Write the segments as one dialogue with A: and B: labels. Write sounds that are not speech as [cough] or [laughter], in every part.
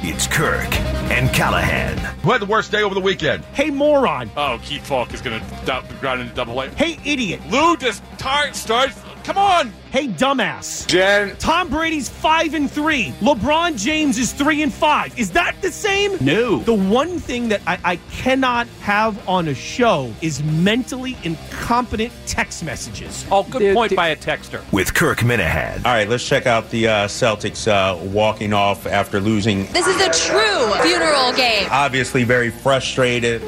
A: It's Kirk and Callahan.
B: Who had the worst day over the weekend?
C: Hey, moron.
D: Oh, Keith Falk is going to dou- ground into double A.
C: Hey, idiot.
D: Lou just tired starts. Come on.
C: Hey, dumbass.
E: Jen.
C: Tom Brady's five and three. LeBron James is three and five. Is that the same?
F: No.
C: The one thing that I, I cannot have on a show is mentally incompetent text messages.
G: Oh, good point by a texter.
A: With Kirk Minahan.
H: All right, let's check out the uh, Celtics uh, walking off after losing.
I: This is a true funeral
G: Uh-huh.
I: game.
H: Obviously, very frustrated.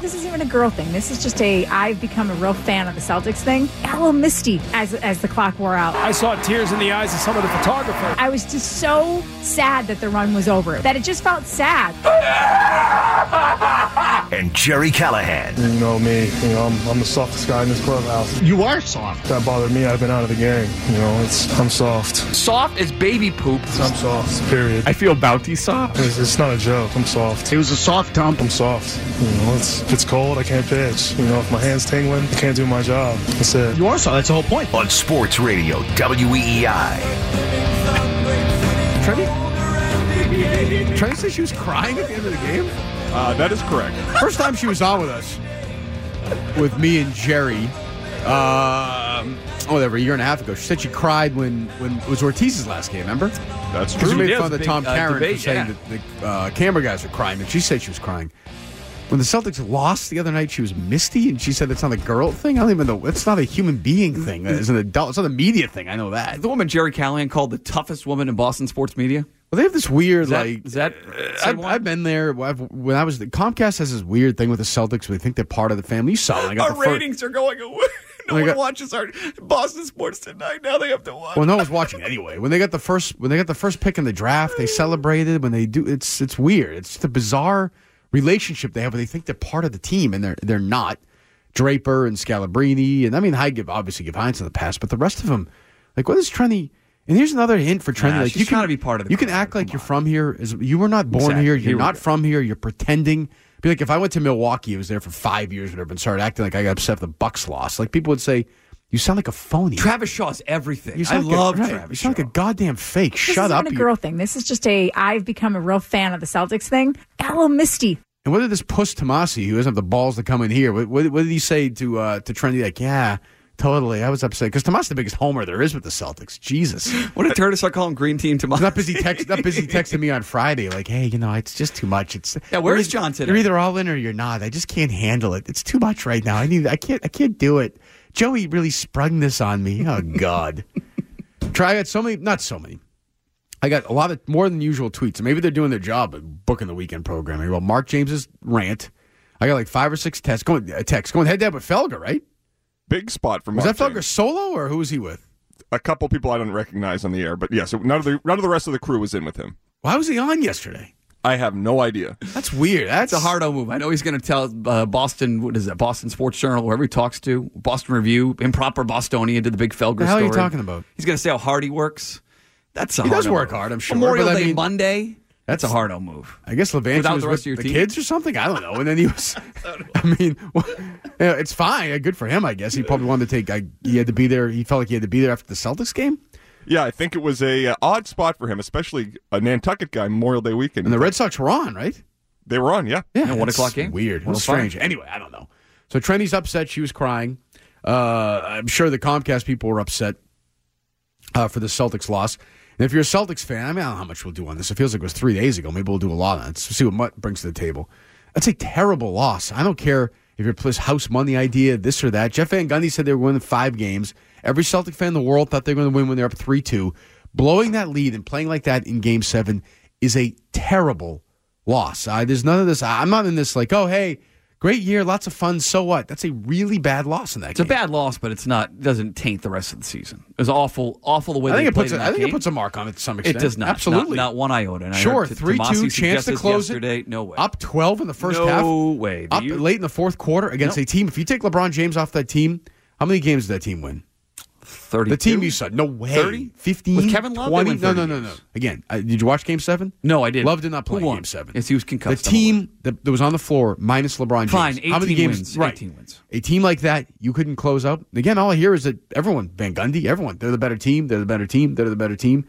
J: This isn't even a girl thing. This is just a I've become a real fan of the Celtics thing. Got a little misty as as the clock wore out.
K: I saw tears in the eyes of some of the photographers.
J: I was just so sad that the run was over. That it just felt sad.
A: And Jerry Callahan.
L: You know me. You know I'm, I'm the softest guy in this clubhouse.
M: You are soft.
L: That bothered me. I've been out of the game. You know, it's I'm soft.
M: Soft as baby poop.
L: I'm soft. Period.
F: I feel bounty soft.
L: It's, it's not a joke. I'm soft.
M: It was a soft dump.
L: I'm soft. You know, it's if it's cold, I can't pitch. You know, if my hands tingling, I can't do my job. That's it.
M: You are soft. That's the whole point.
A: On Sports Radio E WEEI.
F: Trevi? Trevi said she was crying at the end of the game?
B: Uh, that is correct.
F: First time she was on with us, with me and Jerry, uh, whatever, a year and a half ago. She said she cried when, when it was Ortiz's last game, remember?
B: That's
F: Because
B: true.
F: we
B: It
F: made
B: is
F: fun of
B: big,
F: Tom
B: uh,
F: Karen
B: debate,
F: for saying
B: yeah.
F: that the uh, camera guys were crying, and she said she was crying. When the Celtics lost the other night, she was misty, and she said that's not a girl thing. I don't even know. It's not a human being thing. That is an adult. It's not a media thing. I know that.
G: The woman Jerry Callahan called the toughest woman in Boston sports media.
F: Well, they have this weird
G: that-
F: like
G: is that-
F: I've, I've been there. I've, when I was Comcast has this weird thing with the Celtics. where They think they're part of the family. You saw it. when I got
G: Our
F: the fir-
G: ratings are going [laughs] away. No
F: When I
G: one
F: got-
G: watches our Boston sports tonight. Now they have to watch.
F: Well, no one was watching anyway. When they got the first when they got the first pick in the draft, they celebrated. When they do, it's it's weird. It's just a bizarre relationship they have. Where they think they're part of the team and they're they're not. Draper and Scalabrini and I mean, I give obviously give Hines in the past, but the rest of them, like what is Trendy? And here's another hint for Trendy.
G: Nah,
F: like
G: she's
F: you can
G: trying to be part of the
F: You can
G: crowd.
F: act like you're from here. As, you were not born
G: Exactly.
F: here. You're
G: Here we
F: not
G: go.
F: from here. You're pretending. Be like if I went to Milwaukee, I was there for five years, or whatever, and started acting like I got upset the Bucks lost. Like people would say, "You sound like a phony."
G: Travis Shaw's everything.
F: You
G: I
F: sound like
G: love
F: a, right, You
G: Travis Shaw.
F: sound like a goddamn fake.
J: This
F: Shut
J: isn't
F: up.
J: a
F: you-
J: girl thing. This is just a I've become a real fan of the Celtics thing. Got a little misty.
F: and what did this puss Tomasi, who doesn't have the balls to come in here, what, what, what did he say to uh, to Trendy? Like, yeah, totally. I was upset because Tomasi's the biggest homer there is with the Celtics. Jesus.
G: what a turd! I call him Green Team tomorrow.
F: Not busy text. Not busy texting me on Friday. Like, hey, you know, it's just too much. It's
G: Yeah, where
F: you're
G: is
F: eith-
G: John today?
F: You're either all in or you're not. I just can't handle it. It's too much right now. I need. I can't. I can't do it. Joey really sprung this on me. Oh God. Try. I got so many. Not so many. I got a lot of more than usual tweets. Maybe they're doing their job at booking the weekend programming. Well, Mark James's rant. I got like five or six texts going. Uh, texts going head to head with Felger. Right?
B: Big spot from
F: Was
B: Mark
F: that Felger
B: James.
F: solo or who was he with?
B: A couple people I don't recognize on the air, but yes, none of the none of the rest of the crew was in with him.
F: Why was he on yesterday?
B: I have no idea.
F: That's weird. That's
G: It's a hard move. I know he's going to tell uh, Boston, what is that, Boston Sports Journal, whoever he talks to, Boston Review, improper Bostonian did the big Felger
F: The hell are
G: story.
F: you talking about?
G: He's going to say how hard he works. That's a
F: He
G: hard
F: does
G: O
F: work
G: move.
F: hard, I'm sure,
G: Memorial
F: but I
G: Day
F: mean-
G: Monday. That's a
F: That's-
G: hard O move.
F: I guess Levanti
G: Without
F: was
G: the
F: with
G: rest of your
F: the
G: team?
F: kids or something. I don't know. And then
G: [laughs]
F: he was. I mean, well, you know, it's fine. Uh, Good for him, I guess. He probably wanted to take. I, he had to be there. He felt like he had to be there after the Celtics game,
B: Yeah, I think it was a uh, odd spot for him, especially a Nantucket guy Memorial Day weekend.
F: and the Red Sox were on, right?
B: they were on, yeah.
F: Yeah,
G: a one
F: that's
G: o'clock game?
F: Weird.
G: Well,
F: It's
G: fine.
F: strange. Anyway, I don't know. So Trendy's upset. She was crying. Uh, I'm sure the Comcast people were upset uh, for the Celtics loss. And if you're a Celtics fan, I mean, I don't know how much we'll do on this. It feels like it was three days ago. Maybe we'll do a lot on it. So see what Mutt brings to the table. That's a terrible loss. I don't care if you're plus house money idea, this or that. Jeff Van Gundy said they were winning five games. Every Celtic fan in the world thought they were going to win when they're up 3 2. Blowing that lead and playing like that in game seven is a terrible loss. I, there's none of this. I, am not in this like, oh, hey, great year, lots of fun, so what? That's a really bad loss in that
G: It's a
F: game.
G: bad loss, but it's not doesn't taint the rest of the season. It was awful, awful the way
F: I
G: they
F: think, it
G: played
F: puts,
G: in
F: a,
G: that
F: I think it
G: game.
F: puts a mark on it to some
G: It
F: extent.
G: does not.
F: Absolutely.
G: Not, not one iota. And I
F: Sure,
G: heard T-
F: three
G: Tomasi
F: two chance
G: suggested
F: to close it.
G: yesterday. No way.
F: Up twelve in the first
G: No
F: half.
G: way. Do
F: Up
G: you-
F: late in the fourth quarter against
G: Nope.
F: a team. If you take LeBron James off that team, how many games did that team win?
G: 32?
F: The team you saw. No way.
G: 30?
F: 15?
G: With Kevin Love, they
F: 20?
G: win
F: No,
G: 30
F: no, no, no.
G: games.
F: Again, uh, did you watch game seven?
G: No, I didn't.
F: Love did not
G: Who
F: play
G: won?
F: game seven.
G: Yes, he was concussed.
F: The
G: I don't
F: team that, that was on the floor minus LeBron James.
G: Fine,
F: how many
G: 18
F: games?
G: wins.
F: Right.
G: 18 wins.
F: A team like that, you couldn't close out. Again, all I hear is that everyone, Van Gundy, everyone, they're the better team. They're the better team. They're the better team.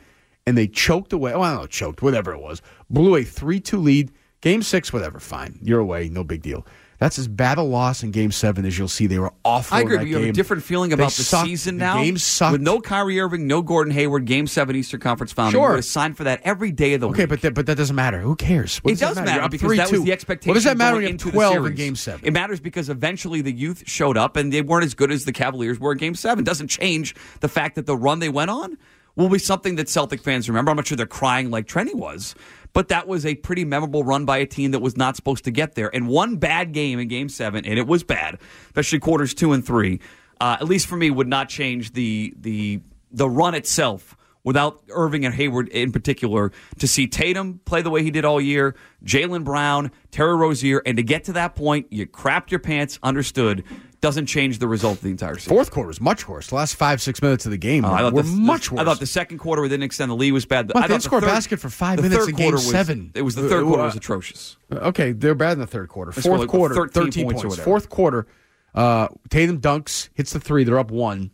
F: and they choked away. Oh, I don't know, choked, whatever it was. Blew a 3 2 lead. Game six, whatever, fine. You're away, no big deal. That's as bad a loss in game seven as you'll see. They were awful.
G: I
F: in
G: agree.
F: that
G: but You have a
F: game.
G: different feeling
F: They
G: about the
F: sucked.
G: season
F: The
G: now.
F: game sucked.
G: With no Kyrie Irving, no Gordon Hayward, Game Seven Eastern Conference Final.
F: Sure.
G: You would have signed for that every day of the
F: Okay,
G: week.
F: but that, but that doesn't matter. Who cares? What
G: it does
F: that
G: matter
F: You're up
G: because that was
F: 3-2.
G: the expectation.
F: What does that matter
G: going
F: when you have
G: into the
F: 12 in
G: series.
F: game seven?
G: It matters because eventually the youth showed up and they weren't as good as the Cavaliers were in game seven. Doesn't change the fact that the run they went on will be something that Celtic fans remember. I'm not sure they're crying like Trenny was, but that was a pretty memorable run by a team that was not supposed to get there. And one bad game in game seven, and it was bad, especially quarters two and three, uh, at least for me, would not change the the the run itself without Irving and Hayward in particular, to see Tatum play the way he did all year, Jalen Brown, Terry Rozier, and to get to that point, you crapped your pants, understood, doesn't change the result of the entire season. Uh,
F: Fourth quarter was much worse. The last five, six minutes of the game
G: Oh, I
F: were,
G: thought the-
F: much worse.
G: I thought the second quarter we didn't extend the lead was bad.
F: What,
G: I
F: they
G: thought
F: didn't score a
G: the third-
F: basket for five
G: the
F: minutes
G: third
F: in game
G: quarter was-
F: seven.
G: It was
F: Uh,
G: the third quarter
F: uh,
G: was atrocious.
F: Okay, they're bad in the third quarter.
G: They
F: Fourth
G: scored like
F: quarter,
G: 13
F: 13
G: points or
F: points.
G: whatever.
F: Fourth quarter, uh, Tatum dunks, hits the three. They're up one.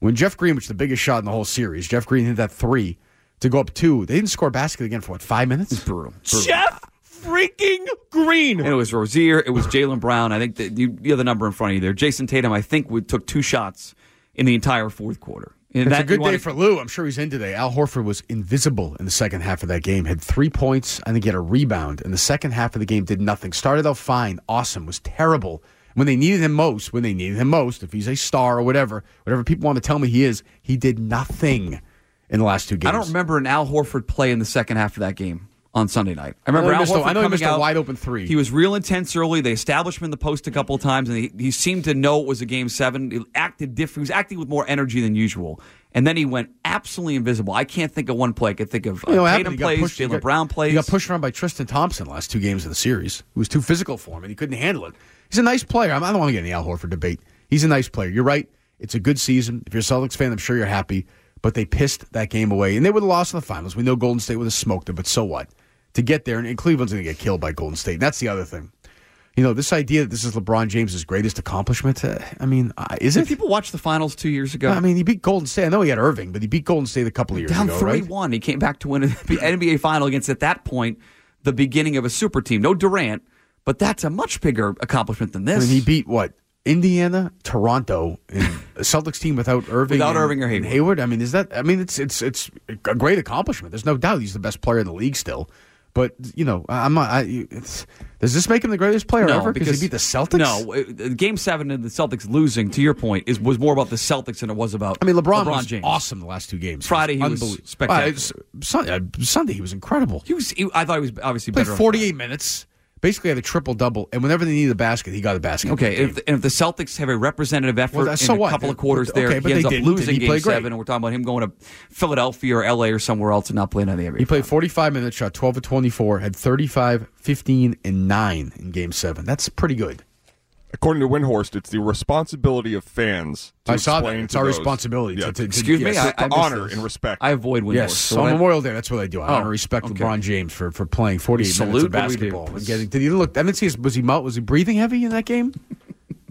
F: When Jeff Green, which is the biggest shot in the whole series, Jeff Green hit that three to go up two. They didn't score a basket again for what five minutes?
G: brutal.
C: Jeff freaking Green.
G: And it was Rozier. It was Jalen Brown. I think the, you, you have the number in front of you there. Jason Tatum, I think, would, took two shots in the entire fourth quarter. And
F: it's
G: that
F: a good
G: you wanna-
F: day for Lou. I'm sure he's in today. Al Horford was invisible in the second half of that game. Had three points. I think he had a rebound. And the second half of the game did nothing. Started out fine, awesome, was terrible. When they needed him most, when they needed him most, if he's a star or whatever, whatever people want to tell me he is, he did nothing in the last two games.
G: I don't remember an Al Horford play in the second half of that game on Sunday night. I remember
F: I know he
G: Al
F: missed a-
G: Horford
F: I know he
G: coming
F: missed a
G: out
F: wide open three.
G: He was real intense early. They established him in the post a couple of times, and he, he seemed to know it was a game seven. He acted different. He was acting with more energy than usual, and then he went absolutely invisible. I can't think of one play. I could think of uh,
F: You know what happened?
G: Tatum
F: He got
G: plays,
F: pushed- he
G: Jalen
F: got-
G: Brown plays.
F: He got pushed around by Tristan Thompson last two games of the series. It was too physical for him, and he couldn't handle it. He's a nice player. I'm- I don't want to get in the Al Horford debate. He's a nice player. You're right. It's a good season. If you're a Celtics fan, I'm sure you're happy. But they pissed that game away, and they would have lost in the finals. We know Golden State would have smoked them, but so what? To get there, and- and Cleveland's going to get killed by Golden State. And that's the other thing. You know, this idea that this is LeBron James's greatest accomplishment. Uh, I mean, uh, is
G: Did
F: it?
G: people watch the finals two years ago?
F: I mean, he beat Golden State. I know he had Irving, but he beat Golden State a couple of years
G: down
F: ago,
G: three
F: right?
G: one. He came back to win the [laughs] NBA final against at that point the beginning of a super team. No Durant, but that's a much bigger accomplishment than this.
F: And he beat what? Indiana, Toronto, and a Celtics team without Irving,
G: Without
F: and-
G: Irving or
F: and
G: Hayward.
F: I mean, is that? I mean, it's it's it's a great accomplishment. There's no doubt he's the best player in the league still. But you know, I- I'm not. I, you- it's, does this make him the greatest player ever? Because he beat the Celtics.
G: No, it- Game Seven and the Celtics losing. To your point, is was more about the Celtics than it was about.
F: I mean, LeBron, was
G: James.
F: awesome the last two games.
G: Friday he was
F: unbelievable.
G: spectacular.
F: Uh, it's- Sun- uh, Sunday he was incredible.
G: He was. He, I thought he was obviously
F: Played
G: better. on
F: 48 minutes, basically had a triple double, and whenever they needed a basket, he got a basket.
G: Okay, and if, the, and if the Celtics have a representative effort
F: Well,
G: in
F: that- so
G: a
F: what?
G: couple of quarters
F: Okay,
G: there,
F: but
G: he ends
F: they
G: up
F: didn't, and
G: losing
F: he
G: Game
F: played great.
G: Seven, and we're talking about him going to Philadelphia or LA or somewhere else and not playing on the NBA.
F: He played 45 minutes, shot 12 of 24, had 35, 15, and 9 in game seven. That's pretty good.
B: According to Windhorst, it's the responsibility of fans to
F: I saw that.
B: explain
F: It's
B: to
F: our
B: those-
F: responsibility to- to-
G: Excuse me,
B: yes,
G: I-
B: to
G: I missed
B: honor
G: this.
B: and respect.
G: I avoid Windhorst.
F: yes.
G: so
F: on
G: when I-
F: Memorial Day, that's what I do. I
G: Oh,
F: honor and respect
G: okay.
F: LeBron James for, for playing 48 minutes
G: Salute
F: of
G: what we do.
F: basketball. And getting, did he look? I didn't see his, was he mou- was he breathing heavy in that game?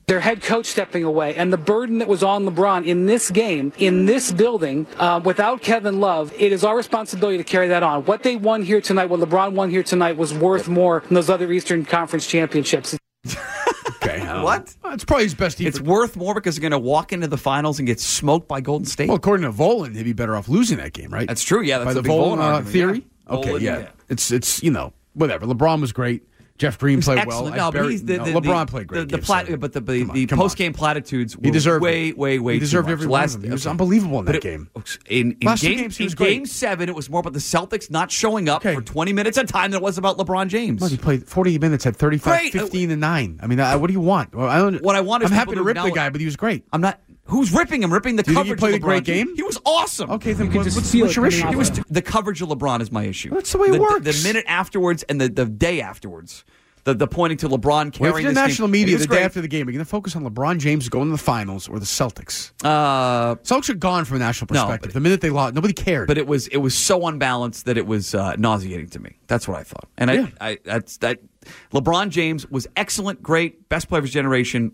E: Their head coach stepping away and the burden that was on LeBron in this game, in this building, uh, without Kevin Love, it is our responsibility to carry that on. What they won here tonight, what LeBron won here tonight, was worth more than those other Eastern Conference championships.
F: Okay. I don't
G: What?
F: know. It's probably his best
G: It's worth more because they're going to walk into the finals and get smoked by Golden State.
F: Well, according to Volan, he'd be better off losing that game, right?
G: That's true, yeah, that's
F: By
G: a
F: the
G: big Volan
F: Volan uh,
G: argument,
F: theory?
G: yeah.
F: Okay,
G: Volan,
F: yeah.
G: yeah.
F: It's, it's you know, whatever. LeBron was great. Jeff Green played well.
G: Excellent.
F: I
G: No, but
F: buried-
G: he's the,
F: no,
G: the,
F: LeBron
G: the,
F: played
G: The,
F: great.
G: the
F: game
G: plat-
F: seven.
G: but the, the,
F: on,
G: the
F: come on.
G: post-game platitudes were
F: He deserved
G: way,
F: it.
G: way, way
F: He
G: too
F: deserved
G: much.
F: every one
G: Last,
F: of them. He was
G: okay.
F: unbelievable in
G: But
F: that
G: it-
F: game.
G: In, in,
F: Last two
G: game,
F: games, he
G: in
F: was great.
G: game seven, it was more about the Celtics not showing up for 20 minutes at time than it was about LeBron James.
F: Well, he played 48 minutes, had 35,
G: Great. Uh,
F: 15, and 9. I mean, I, what do you want? Well, I don't,
G: What I want is
F: I'm
G: people
F: happy to rip the
G: acknowledge-
F: guy, but he was great.
G: I'm not. Who's ripping him? Ripping the
F: Do you think
G: coverage.
F: he played a
G: of LeBron
F: great
G: James.
F: game?
G: He was awesome.
F: Okay, then what-
G: just
F: what's-
G: feel
F: what's
G: it
F: your
G: coming
F: issue?
G: off It was the coverage of LeBron is my issue.
F: That's the way it
G: The,
F: works.
G: minute afterwards and the, the day afterwards, the the pointing to LeBron
F: Well,
G: carrying
F: if you're
G: this
F: national
G: team.
F: media
G: It was
F: the day
G: great.
F: after the game, are you going to focus on LeBron James going to the finals or the Celtics?
G: Uh,
F: Celtics are gone from a national
G: No,
F: perspective. the minute they lost, nobody cared.
G: but it was it was so unbalanced that it was uh, nauseating to me. That's what I thought. And I, I that's that. LeBron James was excellent, great, best player of his generation.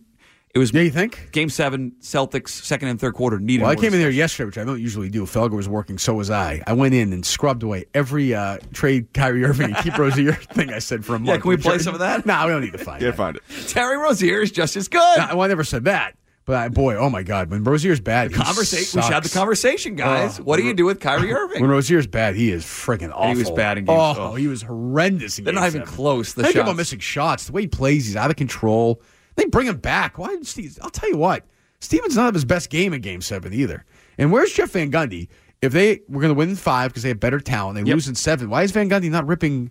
G: It was.
F: Yeah, you think?
G: Game seven, Celtics second and third quarter needed.
F: Well, I
G: more
F: came in there yesterday, which I don't usually do. Felger was working, so was I. I went in and scrubbed away every uh, trade Kyrie Irving and
G: [laughs]
F: keep Rozier thing I said for a month.
G: Yeah, can we play some of that?
F: No, we don't need to find
B: Can't find it.
G: Terry Rozier is just as good.
F: No, Uh, well, I never said that. But I, boy, oh my God, when Rozier's bad, he
G: Conversation. We should have the
F: sucks.
G: conversation, guys.
F: Oh.
G: what do you do with
F: [laughs]
G: Kyrie Irving?
F: When Rozier's bad, he is freaking awful.
G: And he was bad in game
F: Oh,
G: seven.
F: he was horrendous. In
G: They're
F: game
G: not even
F: seven.
G: close, the
F: Think about
G: shots.
F: missing shots. The way he plays, he's out of control. They bring him back. Why? did Steve, I'll tell you what. Stevens not have his best game in Game Seven either. And where's Jeff Van Gundy? If they were going to win in five because they have better talent, they lose in seven. Why is Van Gundy not ripping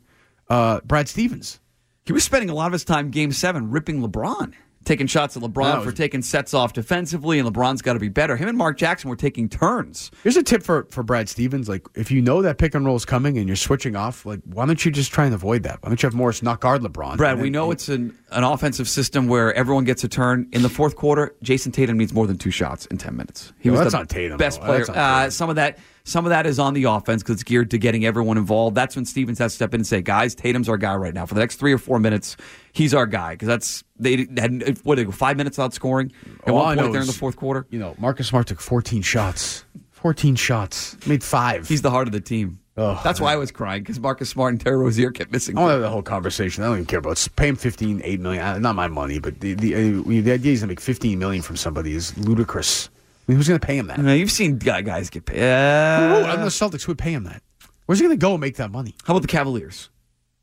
F: uh, Brad Stevens?
G: He was spending a lot of his time game seven ripping LeBron, taking shots at LeBron
F: No, it
G: for
F: was-
G: taking sets off defensively, and LeBron's got to be better. Him and Mark Jackson were taking turns.
F: Here's a tip for, for Brad Stevens. Like, if you know that pick and roll is coming and you're switching off, like, why don't you just try and avoid that? Why don't you have Morris not guard LeBron?
G: Brad,
F: And
G: we
F: then-
G: know it's an, an offensive system where everyone gets a turn. In the fourth quarter, Jason Tatum needs more than two shots in 10 minutes. He
F: No,
G: was
F: that's
G: the
F: on Tatum,
G: best
F: though.
G: player.
F: That's on
G: Uh, some of that some of that is on the offense because it's geared to getting everyone involved. That's when Stevens has to step in and say, guys, Tatum's our guy right now. For the next three or four minutes, he's our guy because that's they had what they go five minutes without scoring at
F: All I
G: one
F: know
G: point there in the
F: is,
G: fourth quarter.
F: You know, Marcus Smart took 14 shots. 14 shots. Made five.
G: He's the heart of the team. That's why I was crying because Marcus Smart and Terry Rozier kept missing.
F: I want to have the whole conversation. I don't even care about it's pay him 15, 8 million. Uh, Not my money, but the the, uh, the idea he's going to make 15 million from somebody is ludicrous. I mean, who's going to pay him that?
G: Now, you've seen guy- guys get paid.
F: Who- who on the Celtics would pay him that? Where's he going to go and make that money?
G: How about the Cavaliers?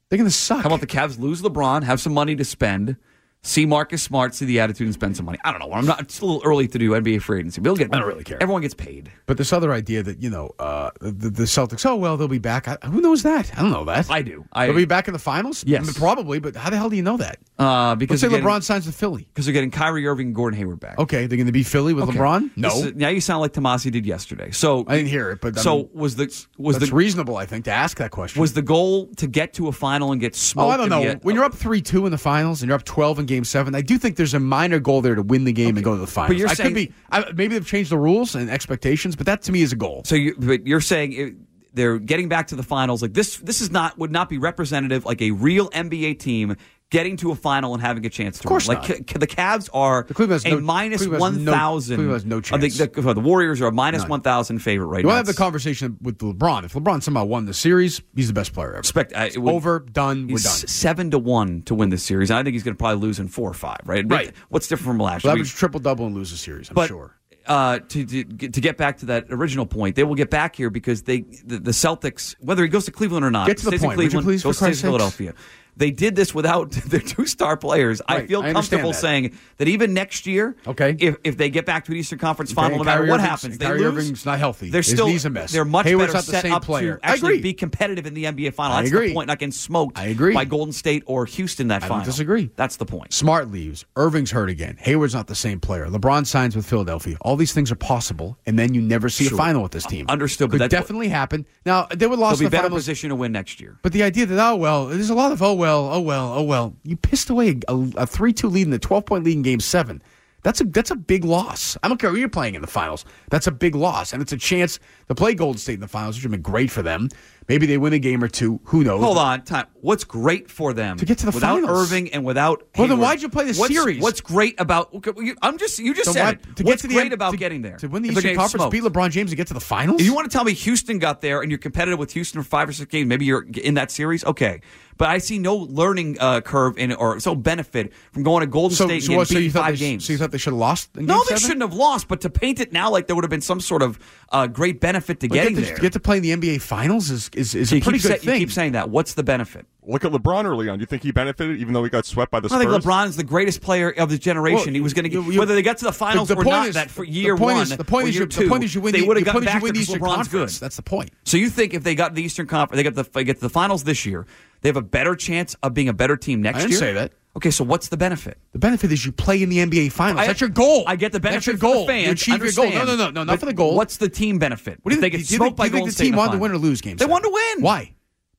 F: They're going to suck.
G: How about the Cavs lose LeBron, have some money to spend, see Marcus Smart, see the attitude, and spend some money? I don't know. I'm not. It's a little early to do NBA free agency. We'll get. I don't really care. Everyone gets paid.
F: But this other idea that you know uh, the, the Celtics, oh well, they'll be back. I, who knows that? I don't know that.
G: I do. I-
F: they'll be back in the finals.
G: Yes.
F: probably. But how the hell do you know that?
G: Uh, because
F: Let's say
G: again-
F: LeBron signs to Philly.
G: Because they're getting Kyrie Irving and Gordon Hayward back.
F: Okay, they're going to be Philly with
G: Okay.
F: LeBron.
G: This
F: No,
G: is- now you sound like Tomasi did yesterday. So
F: I didn't hear it. But I
G: so
F: mean,
G: was the was
F: that's
G: the
F: reasonable? I think to ask that question.
G: was the goal to get to a final and get smoked?
F: Oh, I don't
G: in
F: know.
G: the-
F: when you're up three two in the finals and you're up twelve in Game Seven, I do think there's a minor goal there to win the game and go to the finals.
G: you're
F: I
G: saying-
F: could be. I, maybe they've changed the rules and expectations, but that to me is a goal.
G: So you, but you're saying it, they're getting back to the finals. Like this, this is not would not be representative like a real NBA team getting to a final and having a chance to. Of
F: course
G: win. like
F: not.
G: c- c- the Cavs are
F: Cleveland has
G: a
F: no-
G: minus
F: Cleveland has
G: one
F: no-
G: thousand.
F: Cleveland has no chance.
G: The, the, the Warriors are a minus
F: None.
G: one thousand favorite right
F: You
G: now.
F: want to have the conversation with LeBron. If LeBron somehow won the series, he's the best player ever.
G: Expect- I-
F: It's
G: it would-
F: over, done, we're
G: He's
F: done.
G: seven to one to win this series. And I think he's going to probably lose in four or five. Right.
F: Right.
G: What's different from last
F: He'll
G: year?
F: average triple double and lose the series, I'm
G: but
F: sure.
G: uh, to, to to get back to that original point, they will get back here because they the, the Celtics, whether he goes to Cleveland or not,
F: Get to the
G: stays
F: point,
G: in
F: would you
G: Cleveland,
F: please, for
G: goes stays
F: Christ's
G: in Philadelphia. They did this without [laughs] their two star players. I
F: Right,
G: feel
F: I understand
G: comfortable
F: that.
G: saying that even next year,
F: Okay.
G: if if they get back to an Eastern Conference
F: Okay,
G: final, no
F: and
G: matter
F: Kyrie
G: what
F: Irving's-
G: happens,
F: and
G: they
F: Kyrie
G: lose.
F: Irving's not healthy.
G: They're
F: His
G: still
F: knees a mess.
G: They're much
F: Hayward's
G: better
F: not the
G: set
F: same
G: up
F: player.
G: to
F: I
G: actually
F: agree.
G: be competitive in the NBA final.
F: I
G: That's
F: agree.
G: the point. Not getting smoked.
F: I agree.
G: by Golden State or Houston that
F: I
G: final.
F: don't disagree.
G: That's the point.
F: Smart leaves. Irving's hurt again. Hayward's not the same player. LeBron signs with Philadelphia. All these things are possible, and then you never see
G: Sure.
F: a final with this team.
G: Understood, but
F: Could
G: that's what-
F: definitely happen. Now they would
G: They'll
F: lost
G: be
F: in the
G: better
F: finals,
G: position to win next year.
F: but the idea that oh well, there's a lot of oh well, oh well, oh well. You pissed away a three-two lead and a twelve-point lead in Game Seven. That's a that's a big loss. I don't care who you're playing in the finals. That's a big loss, and it's a chance to play Golden State in the finals, which would have been great for them. Maybe they win a game or two. Who knows?
G: Hold on, time. What's great for them to
F: get to the
G: without
F: finals.
G: Irving and without?
F: Well, then
G: Hayward,
F: why'd you play the
G: what's,
F: series?
G: What's great about? okay, well, you- I'm just you just
F: So
G: said
F: why-
G: it.
F: to get
G: what's
F: to the
G: great
F: end-
G: about
F: to-
G: getting there
F: to win the
G: If they're
F: Eastern
G: getting
F: Conference,
G: smoked.
F: beat LeBron James, and get to the finals.
G: If you want to tell me Houston got there and you're competitive with Houston for five or six games, maybe you're in that series. Okay, but I see no learning uh, curve in or so benefit from going to Golden State and
F: what,
G: getting beat
F: you thought
G: five
F: they,
G: games.
F: So you thought they should have lost? In
G: no,
F: game
G: they
F: should
G: shouldn't have lost. But to paint it now like there would have been some sort of uh, great benefit to getting
F: get to,
G: there.
F: Get to play in the NBA Finals is is, is
G: So
F: a
G: you
F: pretty
G: keep
F: good
G: sa- you
F: thing.
G: keep saying that. What's the benefit?
B: Look at LeBron early on. Do you think he benefited, even though he got swept by the
G: I
B: Spurs?
G: think LeBron's the greatest player of his generation.
B: Well,
G: he was going to get
B: you- you-
G: whether they got to the finals
F: the, the
G: or
F: point
G: not.
F: is,
G: that for
F: the
G: year
F: point
G: one,
F: is, the point
G: or
F: is,
G: year
F: you,
G: two,
F: the point is, you win.
G: They
F: the,
G: would have
F: the
G: gotten
F: point is
G: back
F: you
G: to
F: win the Eastern
G: LeBron's
F: Conference.
G: good.
F: That's the point.
G: So you think if they got the Eastern Conference, they got the they get to the finals this year, they have a better chance of being a better team next
F: I didn't
G: year.
F: say that.
G: Okay, so what's the benefit?
F: The benefit is you play in the NBA Finals.
G: I-
F: That's your goal.
G: I get the benefit
F: That's your
G: for the
F: goal.
G: fans,
F: You achieve your goal. No,
G: understand.
F: no, no, no, not
G: But
F: for the goal.
G: What's the team benefit?
F: What do you
G: If they
F: think?
G: get
F: do you
G: smoked
F: think,
G: by
F: do you think
G: Golden
F: the
G: State in
F: team
G: the
F: wanted to win or
G: finals.
F: lose games?
G: They wanted to win.
F: Why?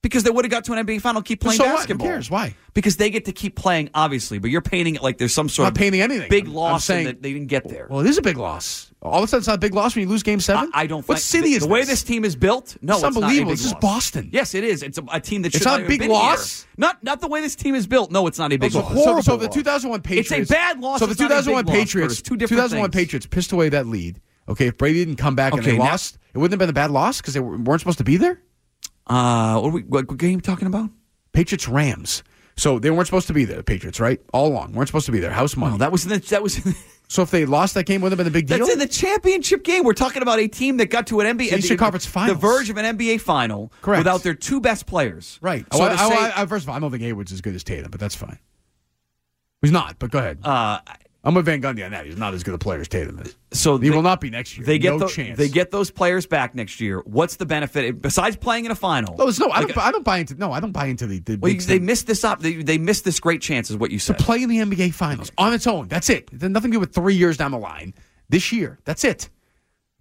G: Because they would have got to an NBA final, keep playing
F: So what? Who
G: basketball.
F: cares? Why?
G: Because they get to keep playing, obviously. But you're painting it like there's some sort
F: Not
G: of
F: painting anything.
G: big
F: I'm- I'm
G: loss and
F: saying-
G: that they didn't get there.
F: Well, it is a big loss. All of a sudden, it's not a big loss when you lose Game Seven.
G: I don't.
F: What
G: find-
F: city
G: the,
F: is
G: the way
F: this?
G: this team is built? No,
F: It's
G: not
F: unbelievable.
G: A big
F: This is
G: loss.
F: Boston.
G: Yes, it is. It's a, a team that
F: It's
G: should
F: not a
G: have
F: big
G: been
F: loss?
G: Here. Not not the way this team is built. No, it's not a big
F: So-
G: loss.
F: So, so the 2001 Patriots.
G: It's a bad loss.
F: So the
G: it's not a big
F: 2001
G: loss, Curtis.
F: Patriots.
G: Two different
F: 2001
G: things.
F: Patriots pissed away that lead. Okay, if Brady didn't come back and they
G: Okay, now-
F: lost, it wouldn't have been a bad loss because they were- weren't supposed to be there.
G: Uh, what, are we, what, what game are you talking about?
F: Patriots Rams. So they weren't supposed to be there. The Patriots, right? All along, weren't supposed to be there. House money.
G: that was the, that was.
F: so if they lost that game, wouldn't have been a big deal.
G: That's in the championship game. We're talking about a team that got to an NBA
F: The Eastern
G: the-
F: Conference Finals.
G: the verge of an NBA final,
F: Correct.
G: without their two best players.
F: Right.
G: So
F: oh, I,
G: to say,
F: I- I- first of all, I don't think Hayward's as good as Tatum, but that's fine. He's not. But go ahead.
G: Uh,
F: I'm with Van Gundy on that. He's not as good a player as Tatum is.
G: So
F: he will not be next year.
G: They get
F: no
G: tho-
F: chance.
G: They get those players back next year. What's the benefit besides playing in a final?
F: no, Oh, it's no. I
G: Like,
F: don't. I don't buy into. No, I don't buy into the. the
G: well,
F: big
G: you- they missed this up. They, they missed this great chance, is what you said.
F: play in the NBA Finals on its own. That's it. It had nothing to do with three years down the line. This year, that's it.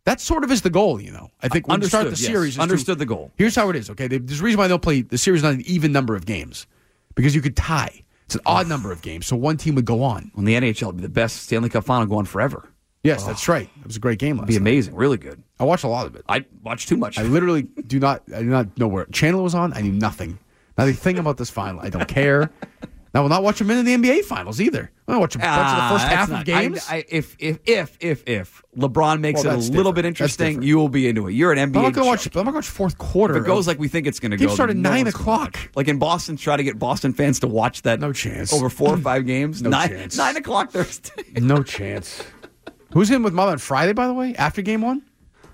F: That sort of is the goal, you know. I think when you start the
G: Understood, yes.
F: series, is to-
G: Understood the goal.
F: Here's how it is. Okay, They- there's a reason why they'll play the series not an even number of games because you could tie. It's an odd number of games, so one team would go on.
G: When the NHL would be the best Stanley Cup final going forever.
F: Yes, that's right. It was a great game last.
G: It'd be
F: night.
G: amazing. Really good.
F: I watched a lot of it.
G: I watched too much.
F: I literally do not. I do not know where channel it was on. I knew nothing. Not a thing about this final. I don't care. And I will not watch them in the NBA finals either. I will watch a bunch of
G: Ah,
F: the first
G: that's
F: half
G: not-
F: of games.
G: I, I, if if if if if LeBron makes
F: Well,
G: it a
F: that's
G: little
F: different.
G: bit
F: That's
G: interesting,
F: different.
G: you will be into it. You're an NBA.
F: I'm not going to
G: chump.
F: watch. I'm not going to watch fourth quarter.
G: If it goes
F: of-
G: like we think it's going to go,
F: Games start
G: then
F: at
G: no
F: nine
G: one's gonna watch.
F: o'clock.
G: Like in Boston, try to get Boston fans to watch that. No
F: chance.
G: Over four [clears throat] or five games.
F: No
G: nine,
F: chance.
G: Nine o'clock Thursday. [laughs]
F: no chance. Who's in with Mom on Friday? By the way, after game one.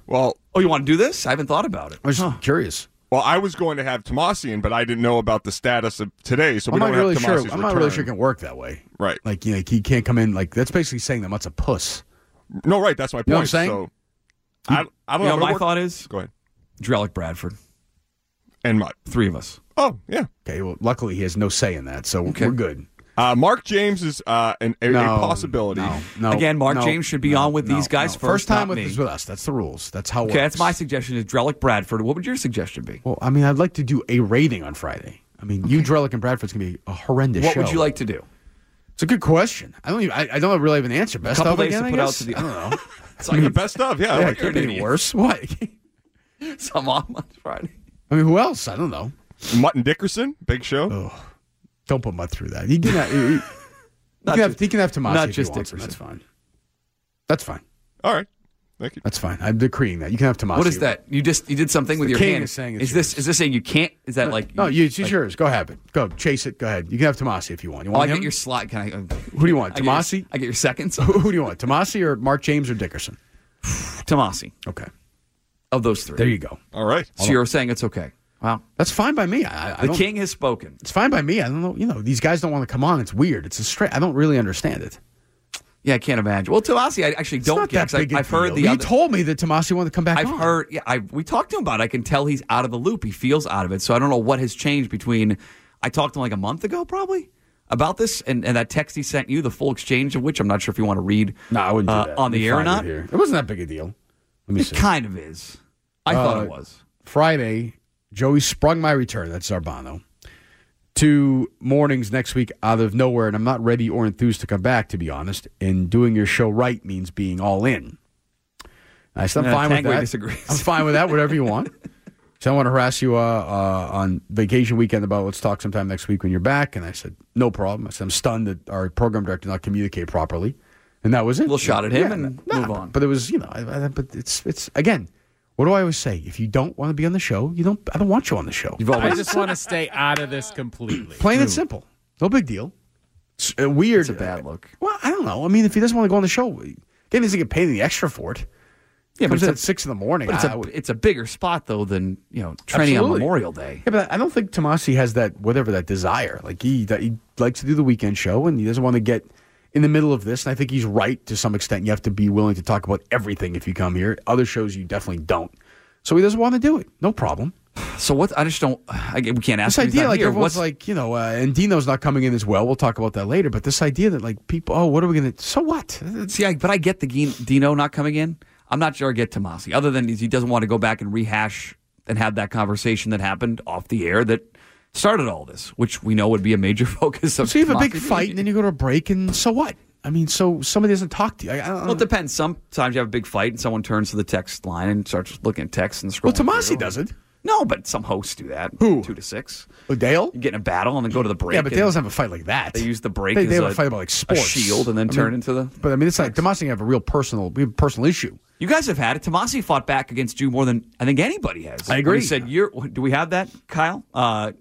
B: Well,
G: oh, you want to do this? I haven't thought about it.
F: I was curious.
B: Well, I was going to have Tomasian, but I didn't know about the status of today, so we
F: I'm
B: don't
F: not really
B: have
F: sure.
B: Tomasian's
F: I'm not really sure
B: return.
F: it can work that way.
B: Right.
F: Like you know, he can't come in. Like that's basically saying that Mutt's a puss.
B: No, right. That's my point.
F: You know what I'm saying?
B: So, I, I don't
G: You know,
B: know.
G: my
B: work-
G: thought is
B: go ahead.
G: Drellick Bradford
B: and Mutt.
G: Three of us.
B: Oh yeah.
F: Okay. Well, luckily he has no say in that, so we're good.
B: Uh, Mark James is uh, an, a,
F: No,
B: a possibility.
F: No,
G: Again, Mark
F: no,
G: James should be
F: no,
G: on with
F: no,
G: these guys
F: no.
G: first.
F: time
G: not
F: with
G: me.
F: is with us. That's the rules. That's how. It
G: Okay,
F: works.
G: that's my suggestion. Is Drellick Bradford? What would your suggestion be?
F: Well, I mean, I'd like to do a rating on Friday. I mean, you, Drellick, and Bradford's gonna be a horrendous
G: what
F: show.
G: would you like to do?
F: It's a good question. I don't. Even, I, I don't really have an answer. Best
G: couple
F: of
G: days
F: again,
G: to
F: I
G: put out
F: guess?
G: to the-
F: I [laughs] don't know.
G: It's [laughs] like
B: the best of. Yeah, I
F: yeah,
B: like
F: it could
B: that.
F: be worse. What? [laughs]
G: Some on on Friday.
F: I mean, who else? I don't know.
B: Mutt and Dickerson, big show.
F: Oh. Don't put Mutt through that. He
G: [laughs]
F: can. he, he- he
G: Not
F: can have,
G: just-
F: he can have Tomasi
G: not
F: if
G: just
F: he wants him.
G: Dickerson.
F: That's fine. That's fine.
B: All right. Thank you.
F: That's fine. I'm decreeing that. You can have Tomasi.
G: What is that? You just you did something with
F: The
G: your
F: king
G: hand.
F: is saying it's
G: is this is this saying you can't? Is that like
F: No, you, it's
G: like-
F: yours. Go have it. Go chase it. Go ahead. You can have Tomasi if you want. You
G: Oh, I
F: want
G: get
F: him?
G: your slot. Can I? uh,
F: Who do you want?
G: I get your-
F: Tomasi?
G: I get your seconds.
F: [laughs] Who, who do you want? Tomasi or Mark James or Dickerson?
G: Tomasi.
F: Okay.
G: Of those three.
F: There you go.
B: All right.
G: So you're saying it's okay. Wow.
F: That's fine by me. I, I
G: The
F: don't-
G: king has spoken.
F: It's fine by me. I don't know. You know, these guys don't want to come on. It's weird. It's a straight. I don't really understand it.
G: Yeah, I can't imagine. Well, Tomasi, I actually
F: It's
G: don't
F: not
G: get.
F: that
G: 'cause
F: big.
G: I,
F: a
G: I've heard
F: deal.
G: the
F: You
G: other.
F: told me that Tomasi wanted to come back.
G: I've
F: on.
G: heard. Yeah, I we talked to him about. it. I can tell he's out of the loop. He feels out of it. So I don't know what has changed between. I talked to him like a month ago, probably about this, and, and that text he sent you, the full exchange of which I'm not sure if you want to read.
F: No, I wouldn't
G: uh,
F: do that.
G: on the
F: We
G: air or
F: find it
G: not.
F: here. It wasn't that big a deal. Let me
G: It
F: see.
G: kind of is. I thought it
F: Uh,
G: was.
F: Friday, Joey sprung my return. That's Zarbano. To mornings next week out of nowhere, and I'm not ready or enthused to come back, to be honest. And doing your show right means being all in. I said, I'm
G: No,
F: fine with
G: Tangway
F: that.
G: disagrees.
F: I'm fine with that, whatever you
G: [laughs]
F: want. So I want to harass you uh, uh, on vacation weekend about let's talk sometime next week when you're back. And I said, no problem. I said, I'm stunned that our program director did not communicate properly. And that was it.
G: Little shot at him
F: Yeah,
G: and
F: nah,
G: move
F: but-
G: on.
F: But it was, you know, I, I, but it's, it's again, what do I always say? If you don't want to be on the show, you don't, I don't want you on the show. You've
N: I just want to stay out of this completely.
F: Plain and simple. No big deal. It's uh, weird. It's a
G: bad look.
F: Well, I don't know. I mean, if he doesn't want to go on the show, again, he doesn't get paid any extra for it.
G: Yeah, but it's
F: Comes in
G: a-
F: at six in the morning. [laughs]
G: But it's
F: I
G: a,
F: would-
G: it's a bigger spot though than you know training on
F: Absolutely.
G: Memorial Day.
F: Yeah, but I don't think Tomasi has that whatever that desire. Like he that he likes to do the weekend show, and he doesn't want to get in the middle of this. And I think he's right to some extent. You have to be willing to talk about everything if you come here. Other shows you definitely don't. So he doesn't want to do it. No problem.
G: So what? I just don't. I, we can't ask.
F: This
G: him, he's
F: idea,
G: not
F: like
G: here.
F: everyone's
G: What's-
F: like, you know, uh, and Dino's not coming in as well. We'll talk about that later. But this idea that like people, oh, what are we gonna? So what?
G: See, I, but I get the Gin- Dino not coming in. I'm not sure I get Tomasi, other than he doesn't want to go back and rehash and have that conversation that happened off the air that started all this, which we know would be a major [laughs] focus of.
F: So you have a big
G: Democracy
F: fight, and then you go to a break, and so what? I mean, so somebody doesn't talk to you. I, I don't
G: Well, it depends. Sometimes you have a big fight and someone turns to the text line and starts looking at texts and
F: Well,
G: scrolling.
F: Tomasi
G: through.
F: doesn't.
G: No, but some hosts do that. Who? Two to six.
F: Oh, Dale?
G: You get in a battle and then go to the break.
F: yeah, but
G: and
F: they doesn't have a fight like that.
G: They use the break
F: They,
G: as
F: they have
G: a-
F: a fight about like
G: a
F: sports
G: shield and then
F: I
G: turn
F: mean-
G: into the-
F: But I mean, it's like Tomasi have a real personal, we have a personal issue.
G: You guys have had it. Tomasi fought back against you more than I think anybody has.
F: I agree.
G: When he said, "You're." Do we have that, Kyle? Uh,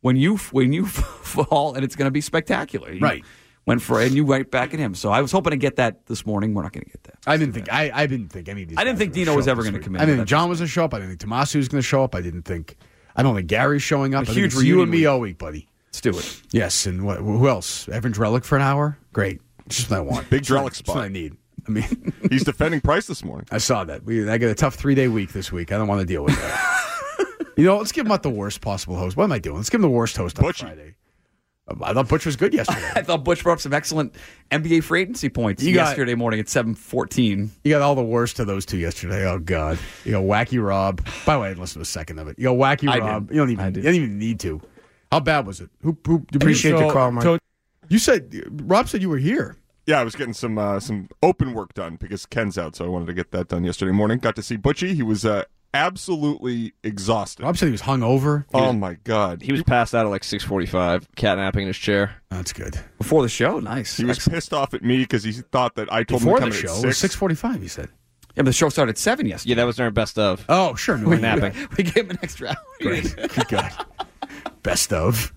G: when you when you [laughs] fall and it's going to be spectacular. You
F: Right.
G: Went for it and you went back at him. So I was hoping to get that this morning. We're not going to get that.
F: I didn't think I, I didn't think any of these.
G: I didn't think
F: guys were gonna
G: Dino
F: show
G: was
F: up
G: ever
F: this
G: gonna
F: week.
G: come in
F: I
G: for
F: didn't
G: that
F: think John was going to show up. I didn't think Tomasi was going to show up. I didn't think. I don't think Gary's showing up.
G: A
F: I think
G: huge
F: it's you
G: reunion
F: and me
G: week.
F: all week, buddy.
G: Let's do it.
F: Yes, and what, who else? Evan Drellick for an hour. Great. It's Just what I want.
B: Big
F: It's what-
B: Drellick
F: it's
B: spot.
F: what I need. I mean, [laughs]
B: he's defending Price this morning.
F: I saw that. We, I got a tough three day week this week. I don't want to deal with
B: [laughs]
F: that. you know, let's give him out the worst possible host. What am I doing? Let's give him the worst host on Friday. Uh, I thought Butch was good
B: [laughs]
F: yesterday.
G: I thought Butch brought up some excellent NBA free agency points
F: You got-
G: yesterday morning at seven fourteen.
F: You got all the worst of those two yesterday. Oh God! You got wacky Rob. By the way, I listened to a second of it. You got wacky
G: I
F: Rob.
G: did.
F: You don't even.
G: I
F: You
G: did.
F: don't even need to. How bad was it? Who? who
B: Appreciate the call, Mike.
F: You said Rob said you were here.
B: Yeah, I was getting some uh, some open work done because Ken's out, so I wanted to get that done yesterday morning. Got to see Butchie. He was uh, absolutely exhausted.
F: Rob said he was hungover.
B: Oh my god,
O: He was passed out at like 6:45, catnapping in his chair.
F: That's good.
G: Before the show, nice.
B: He was pissed off at me because he thought that I told
F: Before
B: him
F: the
B: to come in
F: show,
B: at
F: it was
B: six.
F: six forty-five. You said.
G: Yeah, but the show started at seven yesterday.
O: Yeah, that was during best of.
F: Oh, sure.
O: we were napping.
G: [laughs] We gave him an extra hour.
F: [laughs] Great. Good God. Best of.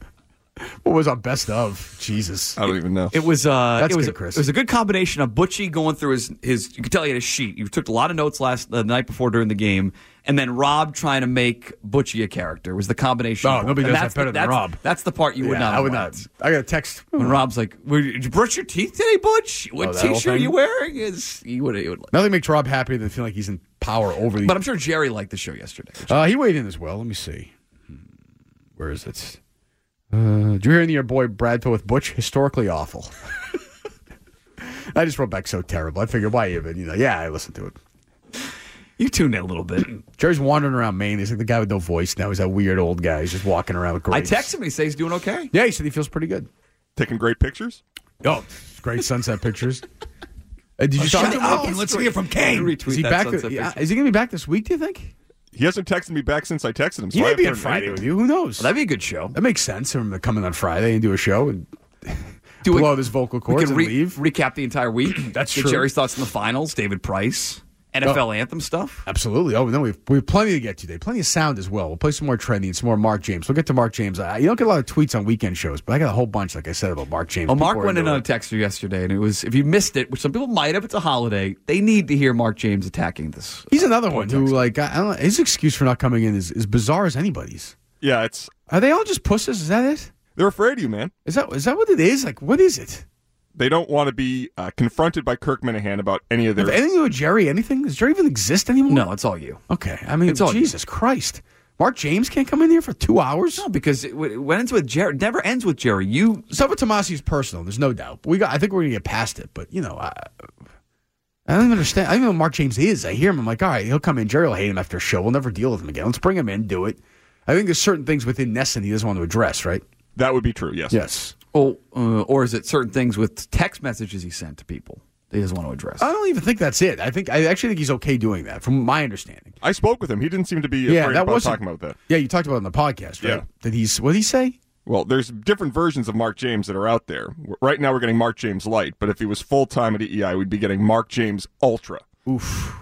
F: What was on best of? Jesus.
G: Oh,
B: I don't even know.
G: It was uh,
F: That's
G: it was
F: good,
G: a,
F: Chris.
G: It was a good combination of Butchie going through his his. You could tell he had a sheet. You took a lot of notes last the night before during the game, and then Rob trying to make Butchie a character was the combination.
F: Oh,
G: of both.
F: nobody
G: And
F: does
G: that's
F: that better
G: the,
F: than
G: that's-
F: Rob.
G: That's the part you would
F: Yeah,
G: not.
F: I would
G: want.
F: not. I got a text
G: When Rob's like, "Were- "Did you brush your teeth today, Butch? What
F: Oh, that whole
G: t-shirt are
F: thing?
G: you wearing?" Is he would he would.
F: Nothing makes Rob happier than feeling like he's in power over the.
G: But I'm sure Jerry liked the show yesterday.
F: Uh, he weighed in as well. Let me see. Hmm, Where is it? Uh, do you hear any of your boy Brad Pitt with Butch? Historically awful. [laughs] I just wrote back so terrible. I figured, why even? You know, yeah, I listened to it.
G: You tuned in a little bit.
F: Jerry's wandering around Maine. He's like the guy with no voice now. He's that weird old guy. He's just walking around with
G: I
F: grapes.
G: text him. and He says he's doing okay.
F: Yeah, he said he feels pretty good.
B: Taking great pictures.
F: Oh, great sunset pictures. Uh, did you
B: Oh,
F: talk
B: shut
F: to him?
B: up and let's hear from Kane. Retweet
F: Is he
B: that
F: back?
B: sunset
F: yeah,
B: picture.
F: is he going to be back this week? Do you think?
B: He hasn't texted me back since I texted him. So
F: He
B: I
F: may be
B: haven't heard
F: on Friday
B: anything.
F: with you. Who knows?
G: that'd be a good show.
F: That makes sense for him to come in on Friday and do a show and
G: [laughs] Do
F: blow
G: it-
F: his vocal
G: we
F: cords
G: can
F: and
G: re-
F: leave.
G: recap the entire week.
F: [clears throat] That's
G: Get
F: true. Oh.
G: Jerry's thoughts in the finals. David Price, NFL anthem stuff.
F: Absolutely. Oh, no, we've we've plenty to get to today. Plenty of sound as well. We'll play some more trending, some more Mark James. We'll get to Mark James. I, you don't get a lot of tweets on weekend shows, but I got a whole bunch, like I said, about Mark James.
G: Oh, Mark
F: People are
G: went in
F: into
G: on
F: it.
G: a texter yesterday, and it was if you missed it, which some people might have. It's a holiday. They need to hear Mark James attacking this.
F: He's another one who, like, I, I don't know, his excuse for not coming in is as bizarre as anybody's.
B: Yeah, it's
F: Are they all just pusses? Is that it?
B: they're afraid of you, man.
F: Is that is that what it is? Like, what is it?
B: They don't want to be uh, confronted by Kirk Minahan about any of
F: Have
B: their.
F: anything to do with Jerry? Anything? Does Jerry even exist anymore?
G: No, it's all you.
F: Okay. I mean,
G: It's all you.
F: Jesus Christ. Mark James can't come in here for two hours.
G: No, because it, w- it ends with Jerry. it Never ends with Jerry. You
F: Stuff with Tomasi is personal. There's no doubt. We got. I think we're gonna get past it. But you know, I, I don't even understand. I don't even know who Mark James is. I hear him. I'm like, all right, he'll come in. Jerry will hate him after a show. We'll never deal with him again. Let's bring him in. Do it. I think there's certain things within Nesson he doesn't want to address. Right.
B: that would be true. Yes.
F: Yes.
G: oh, uh, or is it certain things with text messages he sent to people? That he doesn't want to address.
F: I don't even think that's it. I think I actually think he's okay doing that, from my understanding.
B: I spoke with him. He didn't seem to be
F: Yeah,
B: afraid
F: that
B: about
F: wasn't-
B: talking about that.
F: Yeah, you talked about it on the podcast, right?
B: Yeah.
F: Did he? What did he say?
B: Well, there's different versions of Mark James that are out there. W- Right now, we're getting Mark James Light, but if he was full time at EEI, we'd be getting Mark James Ultra.
F: Oof.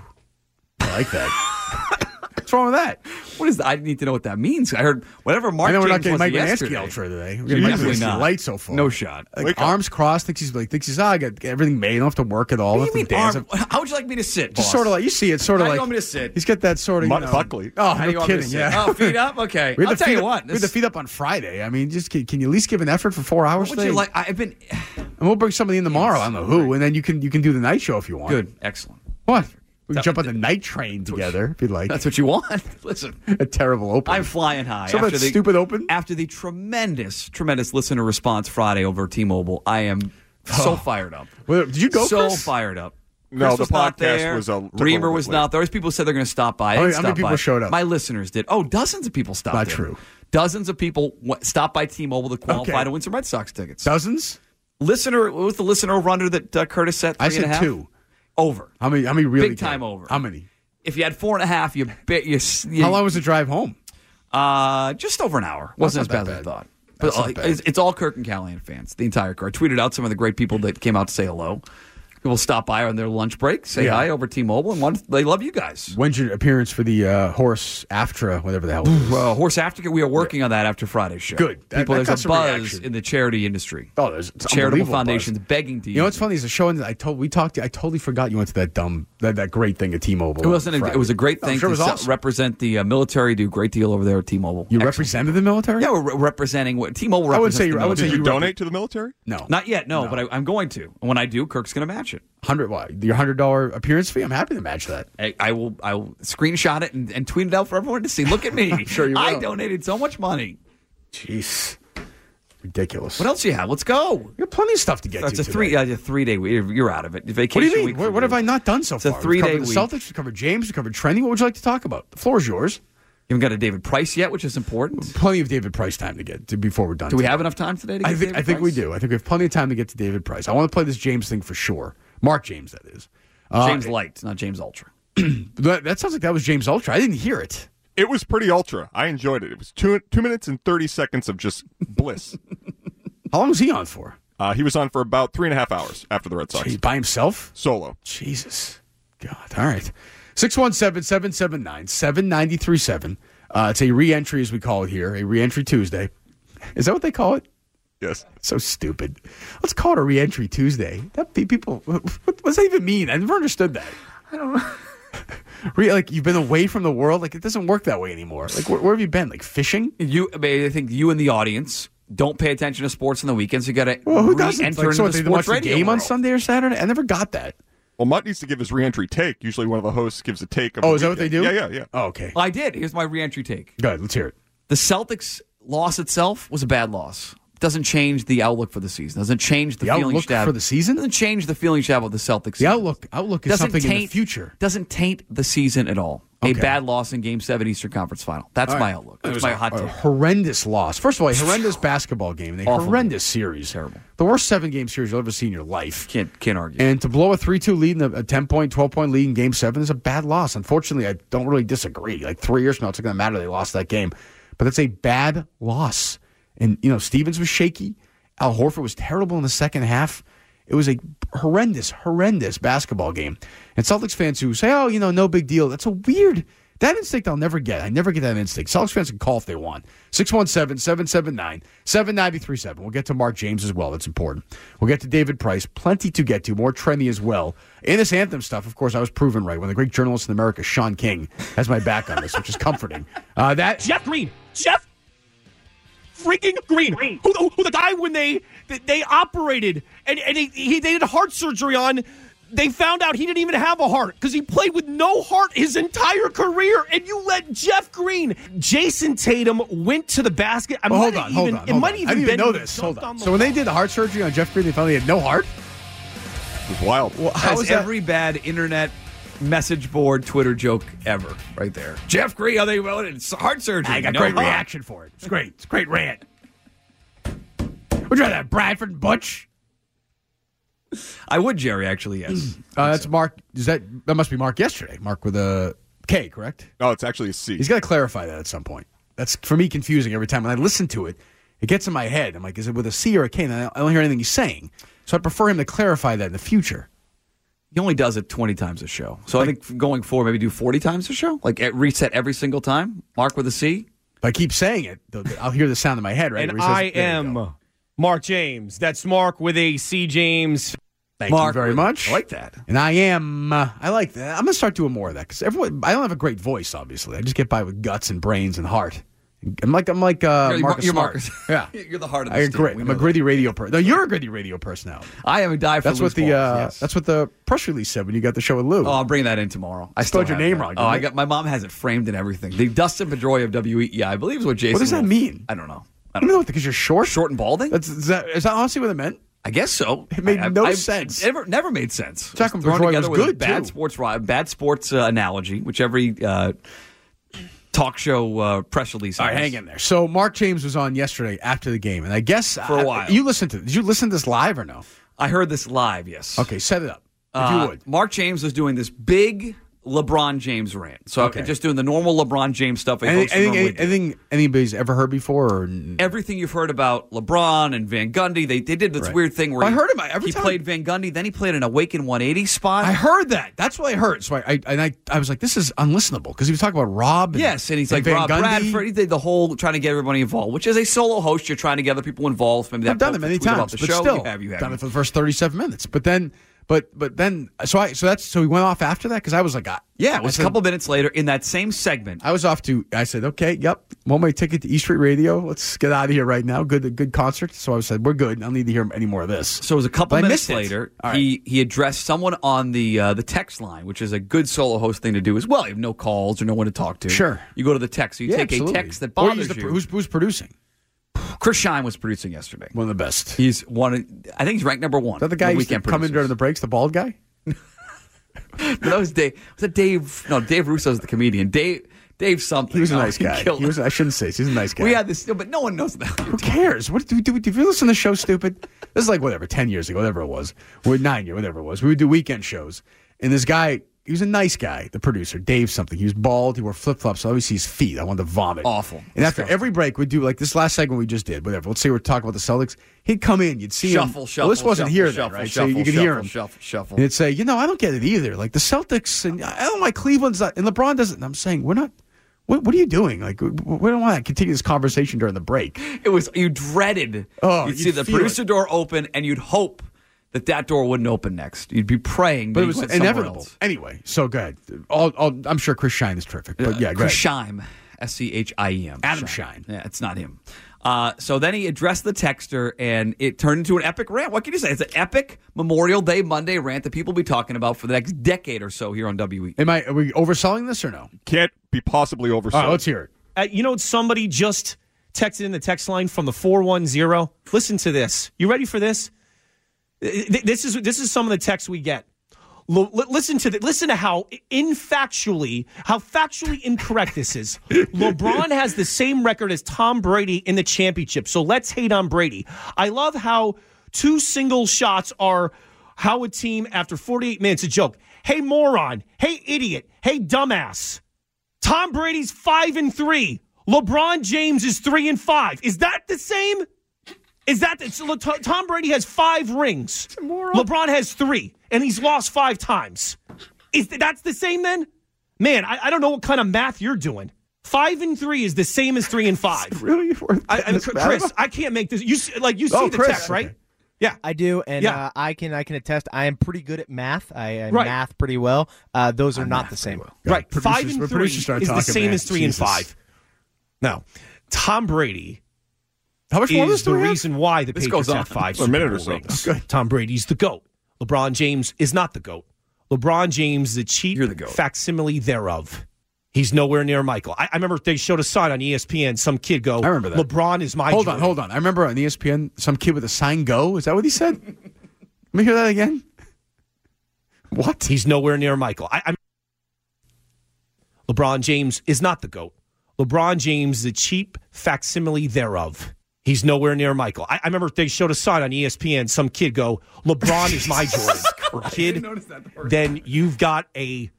F: I like that.
G: [laughs]
F: What's wrong with that?
G: What is that? I need to know what that means. I heard whatever Mark
F: I know we're not
G: James
F: getting
G: was
F: Mike
G: yesterday.
F: Manansky ultra today. We're
G: You're
F: getting Mike
G: definitely
F: Manansky
G: not.
F: light so far.
G: No shot.
F: Like,
B: Wake up.
F: arms crossed, thinks he's like thinks he's ah, I got everything made. I don't have to work at all.
G: What
F: I
G: do you
F: don't
G: mean?
F: have to dance.
G: arm- how would you like me to sit?
F: Just
G: boss?
F: sort of like you see it, sort
G: How
F: of
G: do
F: like
G: you want me to sit?
F: He's got that sort of
B: Mutt
F: you know,
B: Buckley.
F: Oh,
G: How do you
F: no
G: want me to
F: kidding.
G: sit?
F: Yeah.
G: Oh, feet
F: [laughs]
G: up? Okay.
F: We had
G: I'll
F: the
G: tell
F: feet
G: you
F: up-
G: what,
F: We had the
G: this-
F: feet up on Friday. I mean, just can, can you at least give an effort for four hours?
G: What would you
F: today?
G: like? I've been [sighs]
F: And we'll bring somebody in tomorrow. I don't know who, and then you can you can do the night show if you want.
G: good. Excellent.
F: What? We can jump on the night train together if you'd like.
G: That's what you want. [laughs] Listen,
F: [laughs] a terrible open.
G: I'm flying high.
F: So that stupid open?
G: After the tremendous, tremendous listener response Friday over T-Mobile, I am so fired up.
F: Oh. Well, did you go,
G: So
F: Chris?
G: fired up.
B: No,
G: Chris
B: the
G: was not
B: podcast
G: there.
B: was a- took a
G: Reamer
B: little
G: was
B: bit
G: not there. Always people said they're going to stop by. I
F: How
G: didn't
F: many- how many
G: stop
F: Oh, people
G: by.
F: showed up?
G: My listeners did. Oh, dozens of people stopped.
F: Not
G: in.
F: true.
G: Dozens of people went, stopped by T-Mobile to qualify
F: Okay.
G: to win some Red Sox tickets.
F: Dozens.
G: Listener, what was the listener over under that uh, Curtis set?
F: I
G: Three and a
F: said
G: half?
F: two.
G: Over.
F: How many? How many really?
G: Big
F: came?
G: time over.
F: How many?
G: If you had four and a half, you bet you. you
F: How long was the drive home?
G: Uh, just over an hour. Wasn't as
F: That's
G: bad,
F: not that
G: as I
F: bad.
G: thought.
F: That's
G: But uh,
F: not bad.
G: it's, it's all Kirk and Callahan fans. The entire car. I tweeted out some of the great people that came out to say hello. People stop by on their lunch break, say
F: Yeah.
G: hi over T-Mobile, and one, they love you guys.
F: When's your appearance for the uh, horse AFTRA, whatever the hell? it is?
G: Well, horse aftercare. We are working on that after Friday's show.
F: Good. That-
G: people.
F: that got
G: there's a
F: some
G: buzz
F: reaction.
G: in the charity industry.
F: Oh, there's it's
G: charitable
F: unbelievable
G: foundations
F: buzz.
G: begging to
F: You know what's funny is the show. that I told we talked. To, I totally forgot you went to that dumb that, that great thing at T-Mobile.
G: It wasn't.
F: on
G: A, it was a great
F: Friday.
G: thing
F: I'm
G: to
F: Oh, sure it was
G: se-
F: awesome.
G: represent the uh, military. Do a great deal over there at T-Mobile.
F: you represented the military.
G: Yeah, we're re- representing what T-Mobile.
F: I would
G: Represents
F: say
G: the
F: you- I would say
G: military.
F: you Did you donate
B: to the military?
F: No,
G: not yet. No, but I, I'm going to. And when I do, Kirk's going to match it.
F: hundred. Why your hundred dollar appearance fee? I'm happy to match that.
G: I, I will. I will screenshot it and, and tweet it out for everyone to see. Look at
F: [laughs]
G: me. sure you. I
F: will.
G: donated so much money.
F: Jeez, ridiculous.
G: What else you have? Let's go. You
F: got plenty of stuff to get.
G: It's
F: to
G: a three. Uh, a three day week. You're out of it.
F: What
G: Vacation
F: do you mean?
G: week.
F: What, what have I not done so
G: It's a
F: far? We've
G: three-day
F: covered the
G: week.
F: Celtics. We covered James. We covered Trendy. What would you like to talk about? The floor is yours.
G: You haven't got a David Price yet, which is important.
F: Plenty of David Price time to get to before we're done.
G: Do we
F: today.
G: have enough time today? To
F: I
G: get
F: think,
G: David
F: I think we
G: Price?
F: do. I think we have plenty of time to get to David Price. I want to play this James thing for sure. Mark James, that is. Uh,
G: James Light, not James Ultra.
F: That, that sounds like that was James Ultra. I didn't hear it.
B: It was pretty ultra. I enjoyed it. It was two two minutes and thirty seconds of just
F: [laughs]
B: bliss.
F: How long was he on for?
B: Uh, he was on for about three and a half hours after the Red Sox.
F: He's by himself?
B: Solo.
F: Jesus. God. All right. 617 779 7937. Uh, It's a re entry, as we call it here, a re entry Tuesday. Is that what they call it?
B: Yes.
F: So stupid. Let's call it a re entry Tuesday. That pe- people, what, what does that even mean? I never understood that.
J: I don't know.
F: [laughs] Re- like, you've been away from the world. Like, it doesn't work that way anymore. Like, where, where have you been? Like, fishing?
G: You, I, mean, I think you and the audience don't pay attention to sports on the weekends. You got to
F: Well, who doesn't?
G: re-enter
F: Like,
G: into
F: so what,
G: the
F: they
G: sports
F: watch the
G: radio
F: game on
G: world.
F: Sunday or Saturday? I never got that.
B: Well, Mutt needs to give his reentry take. Usually, one of the hosts gives a take. Of
F: Oh,
B: the
F: is that what they
B: weekend.
F: do?
B: Yeah, yeah, yeah.
F: Oh, okay.
G: I did. Here's my re-entry take.
F: Good. Let's hear it.
G: The Celtics loss itself was a bad loss. Doesn't change the outlook for the season. Doesn't change the,
F: The
G: feeling
F: outlook
G: you have-
F: for the season?
G: Doesn't change the feeling you have about the Celtics.
F: The outlook outlook is
G: doesn't
F: something
G: taint
F: in the future.
G: Doesn't taint the season at all. A
F: Okay.
G: bad loss in Game Seven Eastern Conference Final. That's
F: All
G: my
F: right.
G: outlook.
F: It
G: That's
F: was
G: my
F: a-
G: hot
F: a
G: take.
F: horrendous loss. First of all, a horrendous basketball game. and A
G: Awful.
F: horrendous series. Terrible. The worst seven game series you'll ever see in your life.
G: Can't can't argue.
F: And to blow a 3 2 lead and a, a 10 point, 12 point lead in game seven is a bad loss. Unfortunately, I don't really disagree. Like three years from now, it's not going to matter. They lost that game. But that's a bad loss. And, you know, Stevens was shaky. Al Horford was terrible in the second half. It was a horrendous, horrendous basketball game. And Celtics fans who say, oh, you know, no big deal, that's a weird. That instinct I'll never get. I never get that instinct. Celtics fans can call if they want. 617 779 7937. We'll get to Mark James as well. That's important. We'll get to David Price. Plenty to get to. More trendy as well. In this anthem stuff, of course, I was proven right when the great journalist in America, Sean King, has my back on this, which is comforting. Uh, that
C: Jeff Green. Jeff freaking Green. Who, who, who the guy when they they, they operated and, and he, he they did heart surgery on. They found out he didn't even have a heart because he played with no heart his entire career, and you let Jeff Green, Jason Tatum went to the basket. I
F: Well,
C: might
F: Oh, hold
C: have
F: on, hold
C: even-
F: on.
C: It
F: hold
C: might
F: on.
C: even
F: I didn't even
C: been
F: know this. Hold
C: dunked
F: on.
C: the
F: so when they did the heart surgery on Jeff Green, they found he had no heart.
B: It was wild.
F: Well, how
G: That's
F: is that-
G: every bad internet message board Twitter joke ever, right there. Jeff Green, how they well, it's heart surgery.
F: I got
G: No
F: great
G: heart.
F: reaction for it. It's great. It's a great rant. Would you rather have Bradford and Butch?
G: I would, Jerry. Actually,
F: [clears throat]
G: yes.
F: Uh, that's Mark. Is that that must be Mark yesterday? Mark with a K, correct?
B: No, it's actually a C.
F: He's got to clarify that at some point. That's for me confusing every time when I listen to it. It gets in my head. I'm like, is it with a C or a K? And I don't- I don't hear anything he's saying. So I prefer him to clarify that in the future.
G: he only does it twenty times a show. So I think going forward, maybe do forty times a show. Like at reset every single time. Mark with a C.
F: If I keep saying it, though, I'll hear the sound in my head. Right?
C: And
F: where he says-
C: I
F: there you go.
C: am Mark James. That's Mark with a C James.
F: Thank you very much.
G: I like that.
F: And I am. Uh, I like that. I'm gonna start doing more of that because everyone. I don't have a great voice, obviously. I just get by with guts and brains and heart. I'm like I'm like uh,
G: You're- you're Mar- you're
F: Marcus. Smart.
G: Marcus.
F: [laughs] Yeah,
G: You're the heart of
F: I
G: this team.
F: agree.
G: We
F: I'm
G: know
F: a
G: that.
F: gritty radio person. No, you're a gritty radio personality.
G: I am a die for
F: That's what
G: loose
F: the
G: balls,
F: uh,
G: yes.
F: that's what the press release said when you got the show with Lou.
G: Oh, I'll bring that in tomorrow. I
F: You spelled your
G: have
F: name
G: that.
F: wrong,
G: Oh, I
F: didn't
G: got my mom has it framed and everything. The Dustin Pedroia of WEI, I believe, is what Jason.
F: does that
G: Wolf-
F: mean?
G: I don't know.
F: I don't know because you're short,
G: Short and balding.
F: That's is that, is that honestly what it meant?
G: I guess so. It
F: made no
G: sense. Never, never made sense.
F: Jack
G: It was thrown
F: McElroy
G: together
F: was
G: with a
F: good,
G: bad
F: too.
G: sports ri- bad sports uh, analogy, which every uh, talk show uh, press release.
F: All right, hang in there. So Mark James was on yesterday after the game, and I guess
G: For a
F: I-
G: while.
F: you listened to did you listen to this live or no?
G: I heard this live. Yes.
F: Okay, set it up if
G: Uh,
F: you would.
G: Mark James was doing this big LeBron James rant. So
F: Okay.
G: just doing the normal LeBron James stuff. I
F: Any-
G: host
F: Anything,
G: normally do.
F: anything anybody's ever heard before? Or n-
G: everything you've heard about LeBron and Van Gundy. They, they did this
F: Right.
G: weird thing where
F: I
G: he,
F: heard him every
G: he
F: time.
G: played Van Gundy, then he played an Awaken 180 spot.
F: I heard that. That's what I heard. So I, I and I, I was like, this is unlistenable because he was talking about Rob. And,
G: Yes, and he's like
F: Van
G: Rob
F: Gundy.
G: Bradford. He did the whole trying to get everybody involved, which is a solo host. You're trying to get other people involved. Maybe that
F: I've done it
G: post
F: many
G: tweet about
F: times,
G: the
F: but
G: show.
F: still,
G: you have, you have.
F: done it for the first thirty-seven minutes. But then, but but then, so I so that's so he went off after that because I was like, I,
G: Yeah, it
F: I
G: was a
F: said-
G: couple minutes later in that same segment.
F: I was off to. I said, okay, yep, one way ticket to E Street Radio. Let's get out of here right now. Good, good concert. So I said, we're good. I don't need to hear any more of this. So
G: it was a couple
F: but
G: minutes
F: I missed it.
G: later, he he addressed someone on the uh, the text line, which is a good solo host thing to do as well. You have no calls or no one to talk to.
F: Sure.
G: you go to the text. So you
F: Yeah,
G: take
F: absolutely.
G: a text that
F: Or use
G: bothers
F: the pr-
G: you.
F: Who's, who's producing?
G: Chris Shine was producing yesterday.
F: One of the best.
G: He's one. of- I think he's ranked number one.
F: Is that the guy
G: in
F: who
G: the
F: used to
G: weekend
F: come in during the breaks? The bald guy.
G: producer. [laughs] that was Dave. Was that Dave? No, Dave Russo's the comedian. Dave Dave something.
F: He was a
G: Oh,
F: nice guy.
G: killed
F: He was. I shouldn't say this. he's a nice guy.
G: We had this, but no one knows [laughs] that.
F: Who cares? What do we do? Do you listen to the show? Stupid. This is like whatever, ten years ago, whatever it was, or nine year, whatever it was. We would do weekend shows, and this guy, he was a nice guy, the producer, Dave something. He was bald. He wore flip flops. I always see his feet. I wanted to vomit.
G: Awful.
F: And after every break, we'd do like this last segment we just did, whatever. Let's say we're talking about the Celtics. He'd come in, you'd see him.
G: Shuffle,
F: Well, this
G: shuffle, shuffle,
F: wasn't here, then,
G: shuffle,
F: right? so
G: shuffle,
F: you could hear him.
G: shuffle, shuffle,
F: And it'd say, you know, I don't get it either. Like the Celtics, and I don't like Cleveland's, not, and LeBron doesn't. And I'm saying, we're not. What, what are you doing? Like, we, we don't want to continue this conversation during the break.
G: It was you dreaded.
F: Oh,
G: you'd
F: you'd
G: see the
F: feel
G: producer door open, and you'd hope that that door wouldn't open next. You'd be praying,
F: But
G: that
F: it
G: he
F: was
G: went somewhere
F: inevitable.
G: else.
F: Anyway, so go ahead. All, all, I'm sure Chris Shine is terrific. But yeah, go
G: Chris
F: ahead.
G: Scheim, Uh, S C H I E M.
F: Adam
G: Shine. Yeah, it's not him. Uh, so then he addressed the texter, and it turned into an epic rant. What can you say? It's an epic Memorial Day Monday rant that people will be talking about for the next decade or so here on E. WE.
F: Am I? Are we overselling this or no?
B: Can't be possibly oversold.
F: All right, let's hear it.
C: Uh, you know, somebody just texted in the text line from the 410. Listen to this. You ready for this? Th- th- This is this is some of the texts we get. L- li- listen to the, listen to how infactually how factually incorrect this is. LeBron has the same record as Tom Brady in the championship. So let's hate on Brady. I love how two single shots are how a team after 48 minutes a joke. Hey moron, hey idiot, hey dumbass. Tom Brady's five and three. LeBron James is three and five. Is that the same? Is that the, so look, Tom- Tom Brady has five rings? LeBron has three, and he's lost five times. Is th- that's the same then? Man, I, I don't know what kind of math you're doing. Five and three is the same as three and five.
F: really worth
C: I, I,
P: this bad
C: Chris,
P: about?
C: I can't make this. You see, like you see the text, right? Yeah,
P: I do, and
C: Yeah.
P: uh, I can I can attest. I am pretty good at math. I, I
C: Right.
P: math pretty well. Uh, those are not the same.
C: Right, five and three is the same as three and five. No, Tom Brady.
F: How much
C: is
F: more of this do
C: the
F: we have?
C: reason why the
F: This
C: Patriots
F: goes on
C: have five
F: for a
C: Super
F: minute or
C: Bowl
F: so.
C: rings. Tom Brady's the goat. LeBron James is not the goat. LeBron James is a cheap facsimile thereof. He's nowhere near Michael. I, I remember they showed a sign on E ESPN. Some kid go, I remember
F: that.
C: LeBron is my
F: hold
C: Jordan."
F: on, hold on. I remember on E ESPN, some kid with a sign "Go." Is that what he said? Let me hear that again. [laughs] What?
C: He's nowhere near Michael. I, I'm. LeBron James is not the GOAT. LeBron James is a cheap facsimile thereof. He's nowhere near Michael. I, I remember they showed a sign on E ESPN. Some kid go, LeBron is my Jordan. Or kid, then you've got a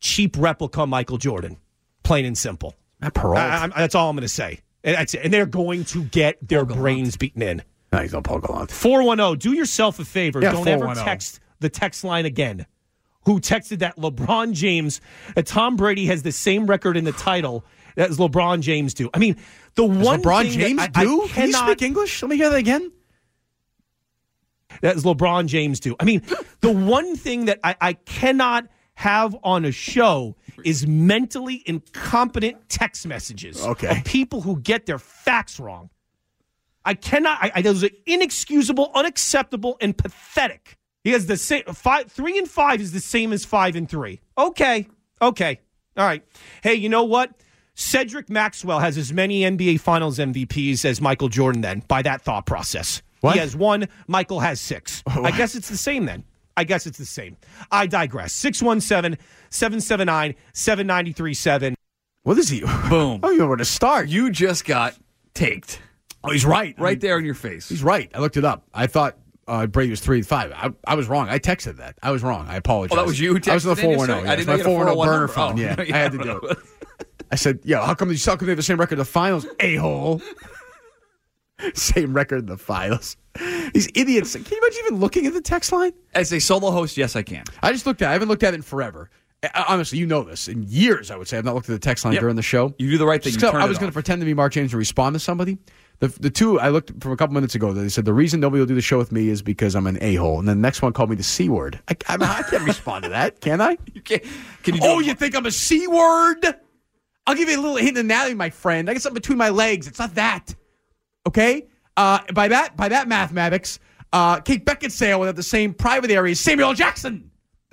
C: cheap replica Michael Jordan. Plain and simple.
F: Perrault.
C: I- I'm- that's all I'm going to say. And that's it. And they're going to get their brains beaten in.
F: No, he's not Paul Gallant.
C: 410, oh, do yourself a favor.
F: Yeah, oh.
C: Don't ever
F: 410.
C: text the text line again. Who texted that LeBron James that Tom Brady has the same record in the title as LeBron James do? I mean, the one
F: LeBron
C: thing that
F: James
C: I- I
F: do? Can you
C: cannot-
F: speak English? Let me hear that again.
C: that is LeBron James do. I
F: [laughs]
C: mean, the one thing that I, I cannot have on a show is mentally incompetent text messages
F: Okay.
C: of people who get their facts wrong. I cannot. I, I, those are inexcusable, unacceptable, and pathetic. He has the same five, three and five is the same as five and three. Okay, okay, all right. Hey, you know what? Cedric Maxwell has as many NBA Finals MVPs as Michael Jordan. Then by that thought process, He has one. Michael has
F: [laughs]
C: six. I guess it's the same then. I guess it's the same. I digress. 617 779 7937.
F: What is he?
G: Boom.
F: [laughs] Oh, you know where to start.
G: You just got taked.
F: Oh, he's right.
G: Right there in your face.
F: He's right. I looked it up. I thought uh, Brady was three and five. I, I was wrong. I texted that. I was wrong. I apologize.
G: Oh, that was you who
F: I was on the
G: texted in?
F: 410.
G: Sorry,
F: Yeah,
G: I
F: it's
G: didn't
F: my
G: know you had a
F: 410 burner
G: 410
F: phone. Yeah,
G: number.
F: I
G: Oh,
F: had to
G: yeah,
F: do it. I said, yo, how come, how come they have the same record in the finals? A hole. [laughs] same record in the finals. These idiots. Can you imagine even looking at the text line?
G: As a solo host, yes, I can.
F: I just looked at it. I haven't looked at it in forever. I- Honestly, you know this. In years, I would say I've not looked at the text line
G: Yep.
F: during the show.
G: You do the right thing.
F: Just
G: You
F: 'cause
G: turn
F: I
G: it
F: was going
G: off.
F: to pretend to be Mark James and respond to somebody. The, the two I looked from a couple minutes ago, they said the reason nobody will do the show with me is because I'm an a hole. And then the next one called me the c word. I, I, I can't respond to that, can I? You
G: can't. Can [laughs] [laughs] you?
F: Oh, you think I'm a c word? I'll give you a little hint of anatomy, my friend. I got something between my legs. It's not that. Okay. Uh, by that by that mathematics, uh, Kate Beckinsale would have the same private area as Samuel L. Jackson.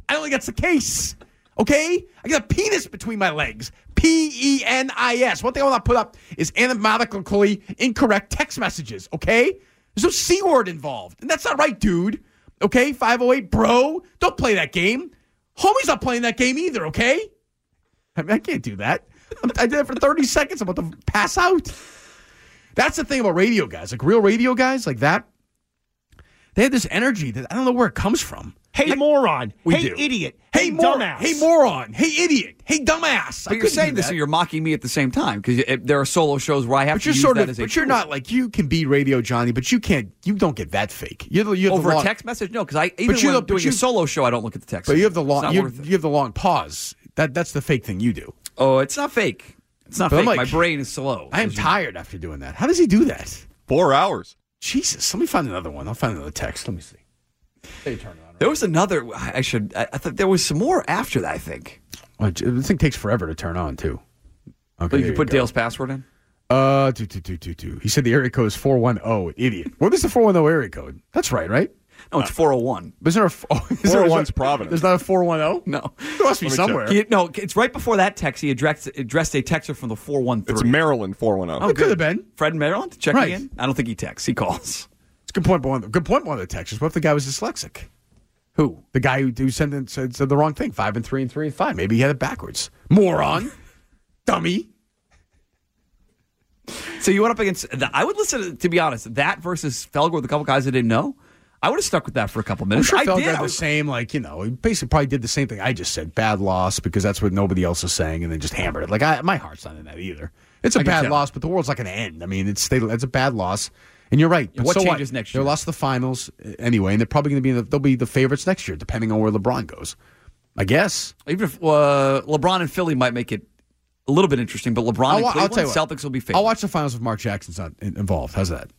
F: I don't think that's the case. Okay? I got a penis between my legs. P E N I S. One thing I want to put up is anatomically incorrect text messages, okay? There's no C word involved. And that's not right, dude. Okay? 508, bro. Don't play that game. Homie's not playing that game either, okay? I mean, I can't do that. I'm- I did it for 30 seconds. I'm about to pass out. That's the thing about radio guys, like real radio guys like that. They have this energy that I don't know where it comes from.
C: Hey, moron.
F: We
C: hey,
F: do.
C: idiot.
F: Hey, mor-
C: dumbass.
F: Hey, moron. Hey, idiot. Hey, dumbass. I
G: But you're
F: couldn't
G: saying
F: do
G: this,
F: that.
G: and you're mocking me at the same time because there are solo shows where I have
F: But
G: to
F: you're
G: use
F: sort
G: that
F: of.
G: as a
F: But you're
G: tool.
F: not like you can be radio Johnny, but you can't. You don't get that fake. You're the, you're
G: over
F: the
G: a
F: long,
G: text message. No, because I even
F: But you
G: when
F: know-
G: I'm doing
F: but you-
G: a solo show, I don't look at the text.
F: But you have the
G: message.
F: long.
G: It's
F: you,
G: not worth it.
F: you have the long pause. That that's the fake thing you do.
G: Oh, it's not fake. It's not
F: But I'm
G: fake. My
F: like-
G: brain is slow.
F: I am tired after doing that. How does he do that?
B: Four hours.
F: Jesus. Let me find another one. I'll find another text. Let me see. Hey, turn it on.
G: There was another. I should. I, I thought there was some more after that. I think.
F: Oh, j- this thing takes forever to turn on too. Okay.
G: But you
F: here
G: could put
F: go.
G: Dale's password in.
F: Uh, do, do, do, do, do. He said the area code is 410. Idiot. What is the 410 area code? That's right, right?
G: No,
F: Ah.
G: it's 401.
F: But Isn't there a f- oh, [laughs] is there, is
B: 401's
F: there,
B: Providence.
F: There's not a 410?
G: No,
F: There must be somewhere.
G: He- no, it's right before that text. He addressed addressed a texter from the four one three.
B: It's Maryland 410.
O: Oh,
F: it could have been.
G: Fred in Maryland checking
F: Right.
G: in. I don't think he texts. He calls.
F: It's a good point. but One of the, good point. One of the texters. What if the guy was dyslexic?
G: Who?
F: The guy who, who sent in, said, said the wrong thing. Five and three and three and five. Maybe he had it backwards. Moron. Dummy.
G: So you went up against. The, I would listen to, to be honest. That versus Felger with a couple guys I didn't know. I would have stuck with that for a couple
F: I'm
G: minutes.
F: sure
G: I
F: Felger
G: did.
F: had
G: I
F: the
G: was-
F: same, like, you know, he basically probably did the same thing I just said. Bad loss because that's what nobody else is saying and then just hammered it. Like, I, my heart's not in that either. It's a
G: I can
F: bad
G: tell.
F: loss, but the world's not going to end. I mean, it's they, it's a bad loss. And you're right. But
G: What
F: so
G: changes next
F: They
G: year?
F: lost to the finals uh, anyway, and they're probably going to be in the, they'll be the favorites next year, depending on where LeBron goes. I guess.
G: Even if uh, LeBron and Philly might make it a little bit interesting, but LeBron
F: wa-
G: and Cleveland
F: you what.
G: Celtics will be favored.
F: I'll watch the finals if Mark Jackson's not in- involved. How's that?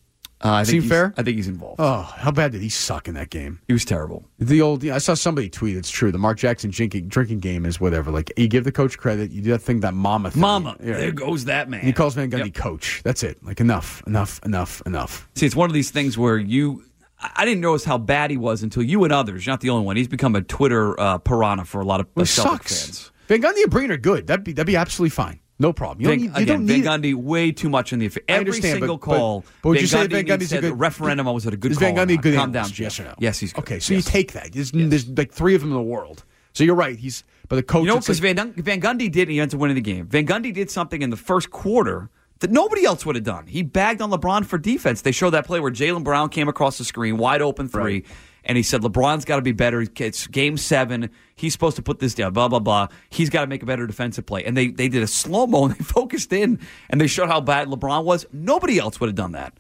G: Uh, I
F: Seem
G: think he's-
F: fair?
G: I think he's involved.
F: Oh, how bad did he suck in that game?
G: He was terrible.
F: The old I saw somebody tweet. It's true. The Mark Jackson drinking drinking game is whatever. Like you give the coach credit, you do that thing that mama thing.
G: Mama,
F: Yeah.
G: there goes that man.
F: And he calls Van Gundy coach. That's it. Like enough, enough, enough, enough.
G: See, it's one of these things where you. I I didn't notice how bad he was until you and others. You're not the only one. He's become a Twitter uh, piranha for a lot of uh,
F: Which
G: Celtic
F: sucks.
G: fans.
F: Van Gundy and Breen are good. That'd be that'd be absolutely fine. No problem. You
G: Van,
F: don't need. You
G: again,
F: don't need
G: Van Gundy way too much in the affair.
F: I
G: Every
F: understand, but-
G: single
F: but-
G: call.
F: but would you say Van
G: Gundy even
F: Gundy's a
G: said,
F: good-
G: "The referendum? I was at a good
F: Is
G: call."
F: Van
G: or
F: Gundy a
G: not."
F: good
G: Calm
F: analyst?
G: down.
F: Yes or no?
G: Yes, he's good.
F: Okay, so you take that. There's, there's like three of them in the world. So you're right. He's but the coach.
G: You know,
F: it's like-
G: because Van, Dun- Van Gundy did, he ends up winning the game. Van Gundy did something in the first quarter that nobody else would have done. He bagged on LeBron for defense. They showed that play where Jalen Brown came across the screen, wide open three, and he said, LeBron's got to be better. It's game seven. He's supposed to put this down, blah, blah, blah. He's got to make a better defensive play. And they, they did a slow mo and [laughs] they focused in and they showed how bad LeBron was. Nobody else would have done that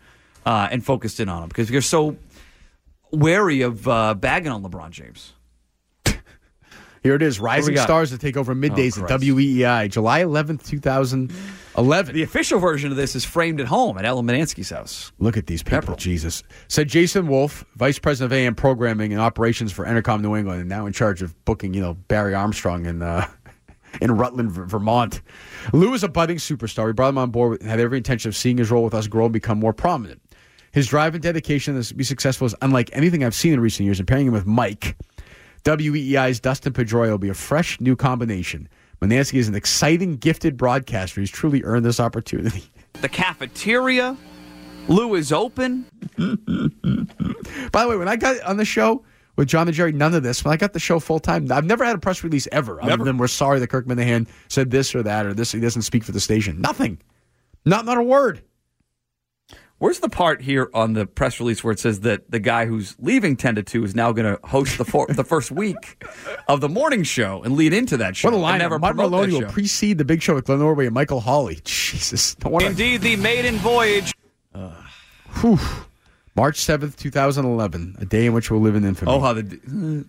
G: uh, and focused in on him because you're so wary of uh, bagging on LeBron James.
F: Here it is Rising
G: got?
F: Stars to take over middays
G: Oh,
F: at WEEI, July 11th, 2011.
G: The official version of this is framed at home at Alan Manansky's house.
F: Look at these people, Jesus. Said Jason Wolf, Vice President of AM Programming and Operations for Entercom New England, and now in charge of booking, you know, Barry Armstrong in, uh, [laughs] in Rutland, Ver- Vermont. Lou is a budding superstar. We brought him on board and had every intention of seeing his role with us grow and become more prominent. His drive and dedication to be successful is unlike anything I've seen in recent years, and pairing him with Mike, WEEI's Dustin Pedroia will be a fresh new combination. Manansky is an exciting, gifted broadcaster who's truly earned this opportunity.
G: The cafeteria. Lou is open.
F: By the way, when I got on the show with John and Jerry, none of this. When I got the show full time, I've never had a press release ever. Other than we're sorry that Kirk Minahan said this or that or this. He doesn't speak for the station. Nothing. Not not a word.
G: Where's the part here on the press release where it says that the guy who's leaving 10 to 2 is now going to host the for, the first week of the morning show and lead into that show?
F: What a
G: and
F: line!
G: never
F: Mike
G: promote that
F: Maloney will
G: show.
F: precede the big show with Glenn Norway and Michael Hawley. [laughs] Jesus, no wonder-
Q: Indeed, the maiden voyage.
F: Whew. March seventh, two thousand eleven, a day in which we'll live in infamy.
G: Oh, how the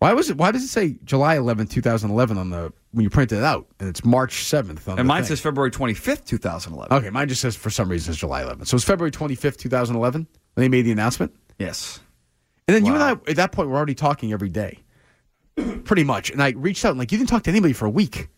F: why was it? Why does it say July eleventh, two thousand eleven on the when you print it out, and it's March seventh on
G: And
F: the
G: mine
F: thing? Uh,
G: says February 25th, 2011.
F: Okay, mine just says for some reason it's July 11th. So it's February 25th, 2011 when they made the announcement?
G: Yes.
F: And then you and I, at that point, were already talking every day, [clears throat] pretty much. And I reached out and, like, you didn't talk to anybody for a week.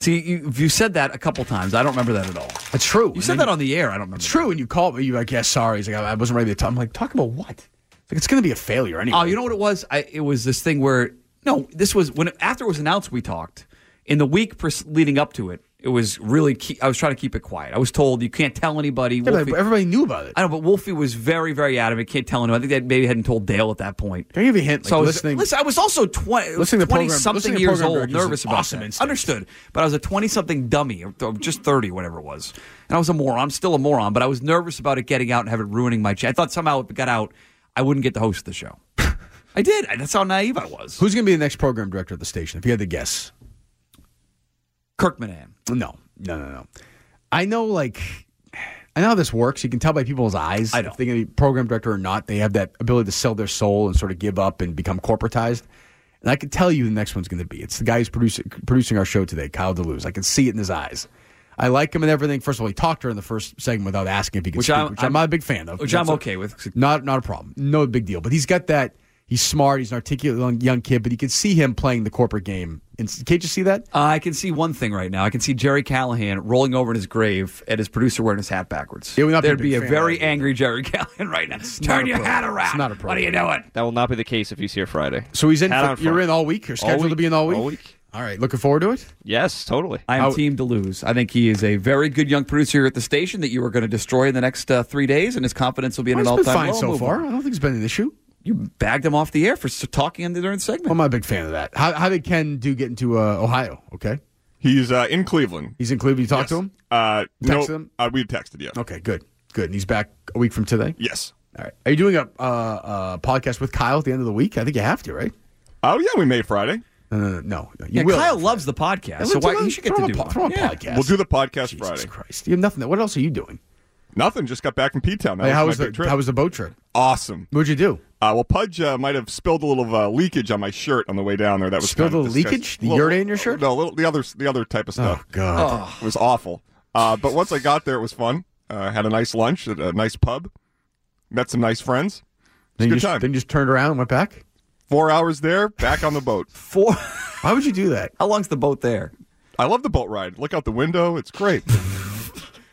G: See, you, you said that a couple times. I don't remember that at all.
F: It's true.
G: You said that on the air. I don't remember.
F: It's true. And you called me. You're like, yeah, sorry. He's like, I I wasn't ready to talk. I'm like, talk about what? It's like, it's going to be a failure anyway.
G: Oh, you know what it was? I, it was this thing where no, this was when after it was announced, we talked in the week pres- leading up to it. It was really. Key, I was trying to keep it quiet. I was told you can't tell anybody.
F: Yeah, but everybody knew about it.
G: I know, but Wolfie was very, very adamant. Can't tell anyone. I think they maybe hadn't told Dale at that point.
F: Can I give you a hint?
G: so I
F: Like,
G: was,
F: listening-
G: listen, I was also twenty,
F: Listening to program-
G: twenty something
F: listening to
G: years
F: program
G: old,
F: directors is
G: nervous about
F: awesome
G: that.
F: instinct.
G: Understood, but I was a twenty something dummy, or or just thirty, whatever it was, and I was a moron. I'm still a moron, but I was nervous about it getting out and have it ruining my. Ch- I thought somehow if it got out, I wouldn't get to host the show. [laughs] I did. That's how naive I was.
F: Who's going to be the next program director of the station, if you had to guess?
G: Kirkman Ann.
F: No, no, no, no. I know, like, I know how this works. You can tell by people's eyes if they're going to be program director or not. They have that ability to sell their soul and sort of give up and become corporatized. And I can tell you the next one's going to be. It's the guy who's producing, producing our show today, Kyle DeLuz. I can see it in his eyes. I like him and everything. First of all, he talked to her in the first segment without asking if he could
G: Which
F: speak,
G: I'm-
F: which I'm,
G: I'm-
F: not a big fan of.
G: Which I'm
F: That's a-
G: okay with.
F: Not not a problem. No big deal. But he's got that. He's smart. He's an articulate young- young kid. But you can see him playing the corporate game. And can't you see that?
G: Uh, I can see one thing right now. I can see Jerry Callahan rolling over in his grave and his producer wearing his hat backwards.
O: It would not be a
G: There'd
O: big
G: be a
O: fan
G: very angry Jerry [laughs] Callahan right now. Turn your hat around.
O: It's not a
G: What are you doing?
O: That will not be the case if he's here Friday.
F: So he's in.
O: Hat
F: For,
O: on
F: you're
O: front.
F: in all week. You're
O: All
F: scheduled to
O: week.
F: be in all week.
O: All week.
F: All right. Looking forward to it.
O: Yes, totally.
G: I am Team Deleuze. I think he is a very good young producer here at the station that you are going to destroy in the next uh, three days, and his confidence will be at
F: Well,
G: an
F: it's
G: all
F: been
G: time
F: fine
G: low.
F: so
G: Move
F: far.
G: on.
F: I don't think it's been an issue.
G: You bagged him off the air for s- talking in the during the segment.
F: I'm not a big fan of that. How, how did Ken do get into uh, Ohio? Okay.
B: He's uh, in Cleveland.
F: He's in Cleveland. You talked to him?
B: Uh,
F: You
B: no,
F: texted him?
B: uh, we texted, yeah.
F: Okay, good. Good. And he's back a week from today?
B: Yes.
F: All right. Are you doing a uh, uh, podcast with Kyle at the end of the week? I think you have to, right?
B: Oh, yeah, we made Friday.
F: No, no, no. no. You
G: Yeah,
F: will.
G: Kyle loves the podcast, so why, he should get
F: throw
G: to
F: a
G: do
F: po-
G: one.
F: Throw a
G: Yeah.
F: podcast.
B: We'll do the podcast Friday.
F: Christ. You have nothing. What else are you doing?
B: Nothing. Just got back from P Town.
F: Hey, how was the- how was the boat trip?
B: Awesome.
F: What'd you do?
B: Uh, well, Pudge uh, might have spilled a little uh, leakage on my shirt on the way down there. That was
F: Spilled
B: kind
F: a
B: of
F: leakage?
B: disgusting.
F: The
B: Little-
F: urinate in your shirt?
B: No, little, the other the other type of stuff.
F: Oh, God.
B: It was awful. Uh, but once I got there, it was fun. Uh, had a nice lunch at a nice pub. Met some nice friends. It was a
F: Then you
B: good
F: just,
B: time.
F: Then you just turned around and went back?
B: Four hours there, back on the boat.
G: Four.
F: Why would you do that?
G: How long's the boat there?
B: I love the boat ride. Look out the window. It's great.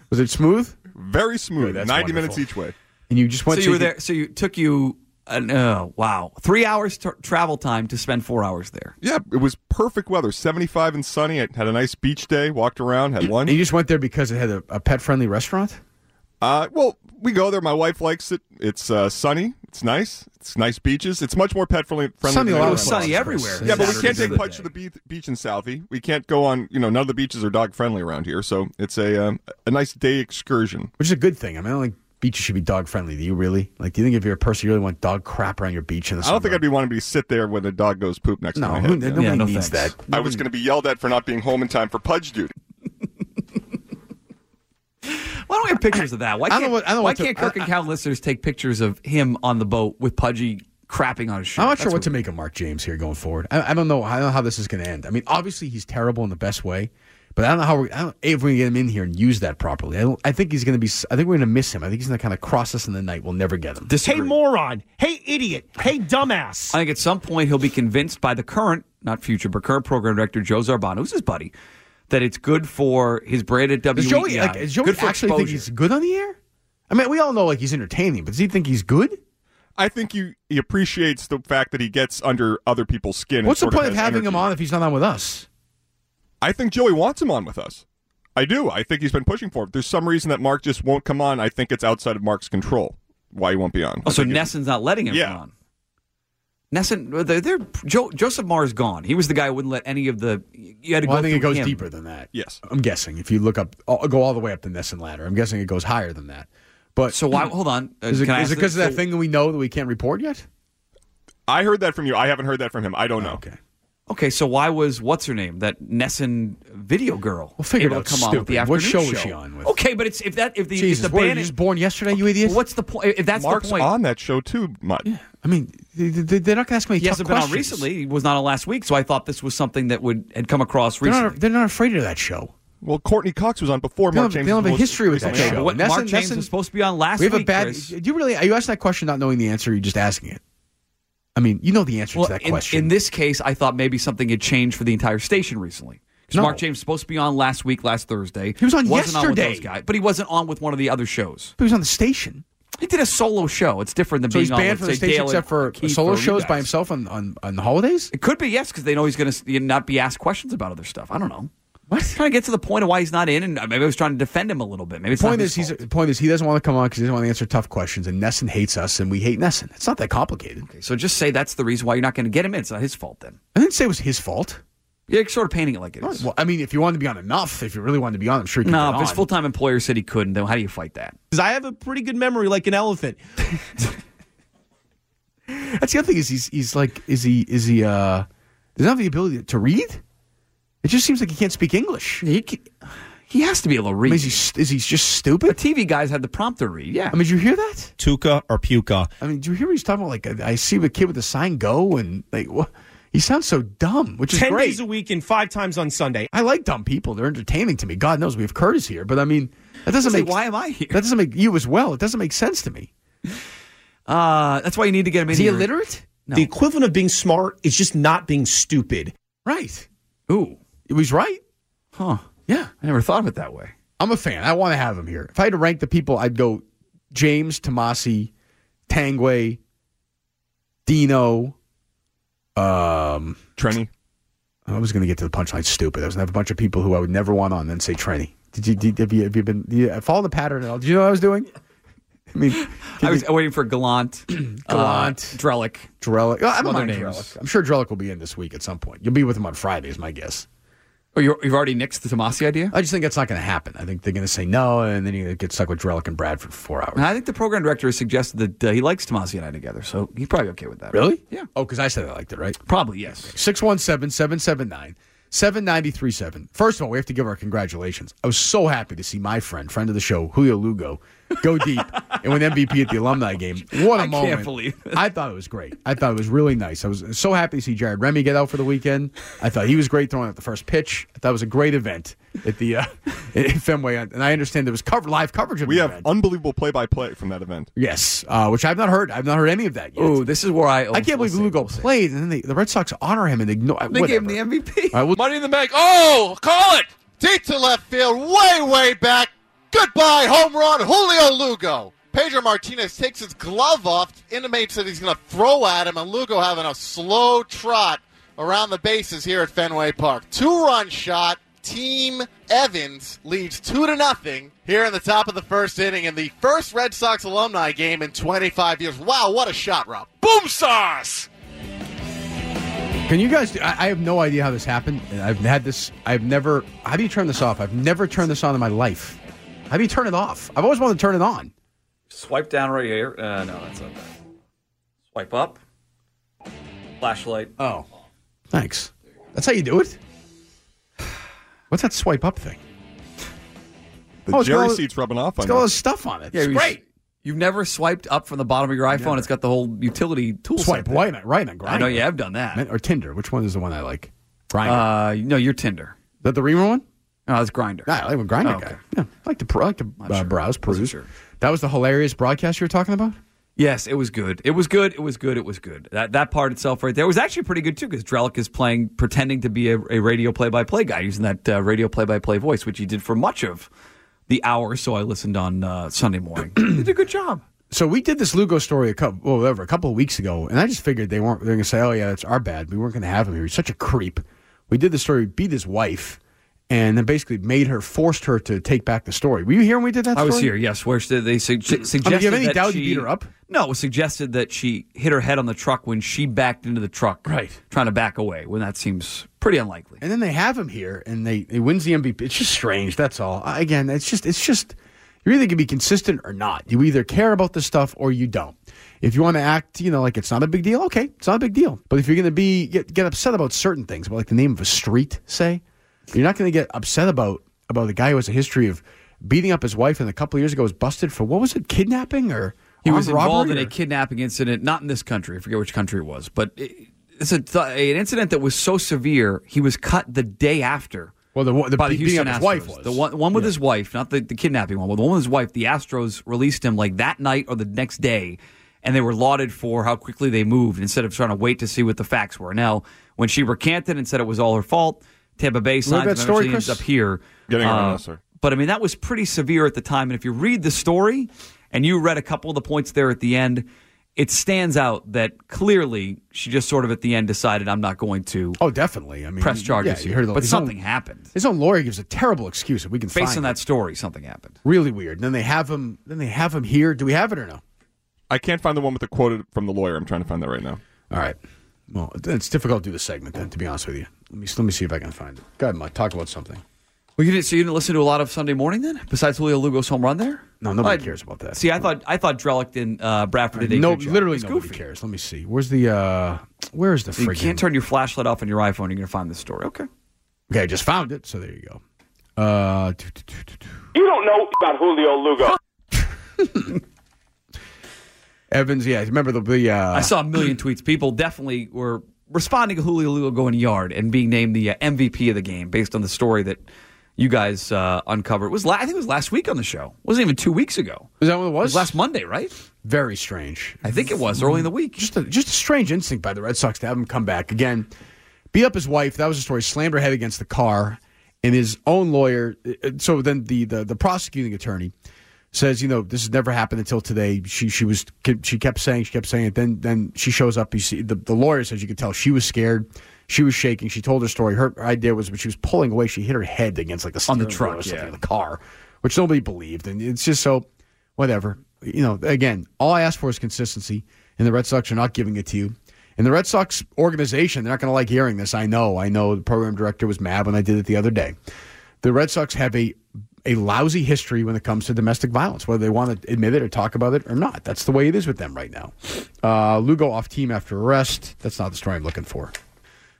F: was it smooth?
B: Very smooth.
G: that's
B: 90 minutes
G: wonderful.
B: each way.
F: And you just went
G: so
F: to
G: you were
F: the-
G: there. So you took you. Uh, no, wow, three hours t- travel time to spend four hours there.
B: Yeah, it was perfect weather. 75 and sunny. I had a nice beach day. Walked around, had lunch.
F: And [clears throat] you just went there because it had a, a pet friendly restaurant?
B: Uh, well, we go there. My wife likes it. It's uh, sunny. It's nice. It's nice beaches. It's much more pet friendly. friendly
F: Sunny
B: than
F: a lot
B: other
F: of
B: places.
F: places, Chris.
B: Yeah, but we
F: Saturday
B: can't
F: is a
B: take
F: good
B: Pudge to the be- beach in Southie. We can't go on. You know, none of the beaches are dog friendly around here. So it's a um, a nice day excursion.
F: Which is a good thing. I mean, I don't think beaches should be dog friendly. Do you really? Like, do you think if you're a person, you really want dog crap around your beach in the
B: I don't
F: summer?
B: think I'd be wanting to be sit there when the dog goes poop next
F: No,
B: to my
F: who-
B: head.
F: nobody Yeah, no needs thanks. that.
B: I was going to be yelled at for not being home in time for Pudge duty.
G: Why don't we have pictures of that? Why
B: I don't
G: can't,
B: know what- I don't know
G: why
B: what to-
G: can't Kirk and Cal listeners take pictures of him on the boat with Pudgy crapping on his shirt?
F: I'm not sure
G: That's
F: what to make of Mark James here going forward. I, I don't know. I don't know how this is going to end. I mean, obviously he's terrible in the best way, but I don't know how we're, I don't, A, if we can get him in here and use that properly. I, don't, I think he's going to be. s- I think we're going to miss him. I think he's going to kind of cross us in the night. We'll never get him.
C: Hey, moron. Hey, idiot. Hey, dumbass.
G: I think at some point he'll be convinced by the current, not future, but current program director Joe Zarbano, who's his buddy, that it's good for his brand at
F: Does
G: WEEI.
F: Joey, like, does Joey
G: good for
F: actually think
G: exposure.
F: he's good on the air? I mean, we all know like he's entertaining, but does he think he's good?
B: I think you he appreciates the fact that he gets under other people's skin. and
F: What's the
B: sort of
F: point of
B: has
F: having
B: energy.
F: him on if he's not on with us?
B: I think Joey wants him on with us. I do. I think he's been pushing for it. There's some reason that Mark just won't come on. I think it's outside of Mark's control. why he won't be on.
G: Oh, so Nesson's not letting him
B: Yeah.
G: on. Nesson, they're, they're, jo- Joseph Marr's gone. He was the guy who wouldn't let any of the. You had to
F: Well,
G: go
F: I think it
G: through
F: goes
G: him.
F: deeper than that.
B: Yes,
F: I'm guessing if you look up, all, go all the way up the Nesson ladder. I'm guessing it goes higher than that. But
G: so why? Hold on. Uh,
F: is it
G: can I
F: because
G: ask
F: of that
G: so-
F: thing that we know that we can't report yet?
B: I heard that from you. I haven't heard that from him. I don't know.
F: Okay.
G: Okay, so why was what's her name that Nesson video girl
F: We'll figure it
G: able
F: out,
G: to come on with the
F: stupid.
G: afternoon
F: What show was she on with?
G: Okay, but it's if that if the
F: Jesus,
G: if the
F: what,
G: ban
F: you
G: is
F: just born yesterday, you idiot.
G: what's the point? If that's
B: Mark's
G: the point,
B: on that show too much.
F: I mean, they, they- they're not going to ask me.
G: he hasn't been on recently. He was not on last week, so I thought this was something that would had come across
F: They're
G: recently.
F: not, they're not afraid of that show.
B: Well, Courtney Cox was on before
F: They
B: Mark
F: don't,
B: James.
F: they don't have a
B: was
F: history with that
B: recently on.
F: show.
G: What
F: Nesson-
G: Mark James
F: Nesson-
G: was supposed to be on last
F: we have
G: week.
F: a bad.
G: Chris.
F: Do you really? Are you asking that question not knowing the answer? Or you are just asking it? I mean, you know the answer
G: Well,
F: to that
G: in,
F: question.
G: in this case, I thought maybe something had changed for the entire station recently. 'Cause
F: No.
G: Mark James was supposed to be on last week, last Thursday.
F: He was on
G: wasn't On with
F: yesterday.
G: those guys, but he wasn't on with one of the other shows.
F: He was on the station.
G: He did a solo show. It's different than
F: So
G: being
F: he's
G: on
F: banned
G: with,
F: from the
G: say,
F: station
G: Dale
F: except
G: and
F: for
G: Keith
F: solo
G: or you
F: shows by
G: guys.
F: himself on, on, on the holidays.
G: It could be yes, because they know he's going to not be asked questions about other stuff. I don't know. What? Trying to get to the point of why he's not in, and uh, maybe I was trying to defend him a little bit. Maybe it's
F: point
G: not
F: is,
G: his
F: he's,
G: fault.
F: the point is, he doesn't want to come on because he doesn't want to answer tough questions, and Nesson hates us, and we hate Nesson. It's not that complicated.
G: Okay, so just say that's the reason why you're not going to get him in. It's not his fault then.
F: I didn't say it was his fault.
G: You're sort of painting it like it is.
F: Well, I mean, if you wanted to be on enough, if you really wanted to be on, I'm sure you could
G: No,
F: get
G: if his
F: on.
G: full time employer said he couldn't, then how do you fight that?
C: Because I have a pretty good memory, like an elephant.
F: That's the other thing is he's he's like is he is he uh does not have the ability to read? It just seems like he can't speak English.
G: He he has to be able to read.
F: is he st- is he just stupid?
G: The TV guys had the prompter read. Yeah.
F: I mean, did you hear that?
P: Tuca or Puka?
F: I mean, do you hear what he's talking about? Like, I I see the kid with the sign go, and like, what? He sounds so dumb, which is
Q: Ten
F: great.
Q: days a week and five times on Sunday.
F: I like dumb people; they're entertaining to me. God knows we have Curtis here, but I mean, that doesn't
G: Say,
F: make
G: why am I here?
F: That doesn't make you as well. It doesn't make sense to me.
G: Uh, that's why you need to get him in.
F: Is he
G: here.
F: illiterate?
G: No.
Q: The equivalent of being smart is just not being stupid.
F: Right.
G: Ooh.
F: He was right.
G: Huh.
F: Yeah.
G: I never thought of it that way.
F: I'm a fan. I want to have him here. If I had to rank the people, I'd go James, Tomasi, Tangway, Dino, um,
B: Trenny.
F: I was going to get to the punchline. Stupid. I was going to have a bunch of people who I would never want on, then say Trenny. Did you? Did, have you? Have you been? Did you follow the pattern at all? Did you know what I was doing? I mean,
G: I was waiting for [clears throat] Gallant,
F: Gallant.
G: uh, Drellick.
F: Drellick. Oh, I
G: Some
F: don't
G: other
F: mind
G: names.
F: Drellick. I'm sure Drellick will be in this week at some point. You'll be with him on Friday, is my guess.
G: Oh, you're, you've already nixed the Tomasi idea.
F: I just think that's not going to happen. I think they're going to say no, and then you get stuck with Drellick and Bradford for four hours.
G: Uh, I think the program director has suggested that uh, he likes Tomasi and I together, so he's probably okay with that.
F: Really?
G: Yeah.
F: Oh, because I said I liked it, right?
G: Probably yes.
F: 617 779 7937. First of all, we have to give our congratulations. I was so happy to see my friend, friend of the show, Julio Lugo,
G: [laughs]
F: go deep and win MVP at the alumni game. What a
G: I can't
F: moment.
G: believe
F: I thought it was great. I thought it was really nice. I was so happy to see Jared Remy get out for the weekend. I thought he was great throwing out the first pitch. I thought it was a great event at the uh, [laughs] at Fenway. And I understand there was cover, live coverage of
B: We
F: the
B: have
F: event.
B: unbelievable play-by-play from that event.
F: Yes, uh, which I've not heard. I've not heard any of that yet.
G: Oh, this is where I.
F: I can't believe Lugo played, and then they, the Red Sox honor him and ignore.
G: They
F: whatever.
G: gave him the MVP.
F: All right, we'll-
D: Money in the bank. Oh, call it.
R: Deep to left field, way, way back. Goodbye, home run, Julio Lugo. Pedro Martinez takes his glove off, intimates that he's going to throw at him, and Lugo having a slow trot around the bases here at Fenway Park. Two run shot. Team Evans leads two to nothing here in the top of the first inning in the first Red Sox alumni game in 25 years. Wow, what a shot, Rob!
D: Boom sauce.
F: Can you guys? Do, I, I have no idea how this happened. and I've had this. I've never. How do you turn this off? I've never turned this on in my life. How do you turn it off? I've always wanted to turn it on.
G: Swipe down right here. Uh, no, that's not that. Swipe up. Flashlight.
F: Oh. Thanks. That's how you do it. [sighs] What's that swipe up thing?
B: The
F: Oh, it's
B: Jerry
F: got all-
B: seat's rubbing off
F: It's
B: on
F: got all
B: you.
F: this stuff on it.
G: Yeah,
F: it's
G: you-
F: great.
G: You've never swiped up from the bottom of your iPhone. It's got the whole utility tool. set
F: Swipe
G: there.
F: right, on- right on Grindr.
G: I know you have done that.
F: Or Tinder. Which one is the one I like? Grindr.
G: Uh, no, you're Tinder.
F: Is that the Reamer one?
G: No, that's Grinder.
F: Yeah, I like a grinder
G: Oh, okay.
F: guy. Yeah, I like to pr- I like to uh, browse, peruse.
G: sure.
F: That was the hilarious broadcast you were talking about.
G: Yes, it was good. It was good. It was good. It was good. That that part itself right there was actually pretty good too because Drellick is playing, pretending to be a, a radio play-by-play guy using that uh, radio play-by-play voice, which he did for much of the hour. or So I listened on uh, Sunday
F: [clears throat]
G: morning. He did a good job.
F: So we did this Lugo story a couple, well, whatever, a couple of weeks ago, and I just figured they weren't. They're going to say, "Oh yeah, it's our bad. We weren't going to have him here. He's such a creep." We did the story. Beat his wife, and then basically made her, forced her to take back the story. Were you here when we did that?
G: I was
F: story?
G: here. Yes, where she- they su- su- suggested
F: do you have any
G: that
F: doubt
G: she,
F: you beat her up?
G: No, it was suggested that she hit her head on the truck when she backed into the truck, right, trying to back away. When that seems pretty unlikely.
F: And then they have him here, and they he wins the MVP. It's just strange. That's all. I- Again, it's just it's just you either can be consistent or not. You either care about this stuff or you don't. If you want to act, you know, like it's not a big deal, okay, it's not a big deal. But if you're going to be get, get upset about certain things, about like the name of a street, say, you're not going to get upset about about the guy who has a history of beating up his wife, and a couple of years ago was busted for what was it, kidnapping or
G: He was
F: armed robbery
G: involved in
F: or-
G: a kidnapping incident, not in this country. I forget which country it was, but it, it's a th- an incident that was so severe he was cut the day after.
F: Well, the, the
G: by the
F: beating
G: Houston
F: up
G: Astros.
F: his wife was.
G: the one, one with his wife, not the, the kidnapping one, but the one with his wife. The Astros released him like that night or the next day, and they were lauded for how quickly they moved instead of trying to wait to see what the facts were. Now, when she recanted and said it was all her fault, Tampa Bay
B: Remember
G: signed
B: that
G: him,
B: story,
G: eventually ends
B: Chris?
G: up here. uh,
B: Getting around us, sir.
G: But I mean, that was pretty severe at the time. And if you read the story and you read a couple of the points there at the end, it stands out that clearly she just sort of at the end decided, I'm not going to.
F: Oh, definitely. I mean,
G: press
F: yeah,
G: charges
F: you
G: here.
F: heard the-
G: but
F: his own-
G: something happened.
F: His own lawyer gives a terrible excuse. If we can
G: Based
F: find
G: on
F: it.
G: that story, something happened.
F: Really weird. Then they have him. Then they have him here. Do we have it or no?
B: I can't find the one with the quote from the lawyer. I'm trying to find that right now.
F: All right. Well, it's difficult to do the segment then. To be honest with you, let me let me see if I can find it. Go ahead, Mike. Talk about something.
G: Well, you didn't. So you didn't listen to a lot of Sunday morning then, besides Julio Lugo's home run there.
F: No, nobody
G: I-
F: cares about that.
G: See, I thought I thought Drellick and uh, Bradford did a
F: no,
G: good job.
F: literally
G: It's
F: nobody
G: goofy.
F: cares. Let me see. Where's the? uh Where is the?
G: So you
F: friggin-
G: can't turn your flashlight off on your iPhone. You're going to find this story. Okay.
F: Okay, I just found it. So there you go. Uh, t- t- t-
S: You don't know about Julio Lugo.
F: Evans. Yeah, remember the the. Uh,
G: I saw a million tweets. People definitely were responding to Julio Lugo going yard and being named the uh, MVP of the game based on the story that you guys uh, uncovered. It was la- I think it was last week on the show. It wasn't even two weeks ago.
F: Is that what it was?
G: It was last Monday, right?
F: Very strange.
G: I think it was early in the week.
F: Just a, just a strange instinct by the Red Sox to have him come back again. Beat up his wife. That was the story. Slammed her head against the car, and his own lawyer. uh, So then the the, the prosecuting attorney says, you know, this has never happened until today. She she was she kept saying she kept saying it. Then then she shows up. You see the, the lawyer says you could tell she was scared. She was shaking. She told her story. Her idea was when she was pulling away, she hit her head against like the
G: On the
F: steering wheel
G: truck,
F: or something,
G: yeah.
F: the car, which nobody believed. And it's just so, whatever. You know, again, all I ask for is consistency, and the Red Sox are not giving it to you. And the Red Sox organization, they're not going to like hearing this. I know. I know the program director was mad when I did it the other day. The Red Sox have a a lousy history when it comes to domestic violence, whether they want to admit it or talk about it or not. That's the way it is with them right now. Uh, Lugo off team after arrest. That's not the story I'm looking for.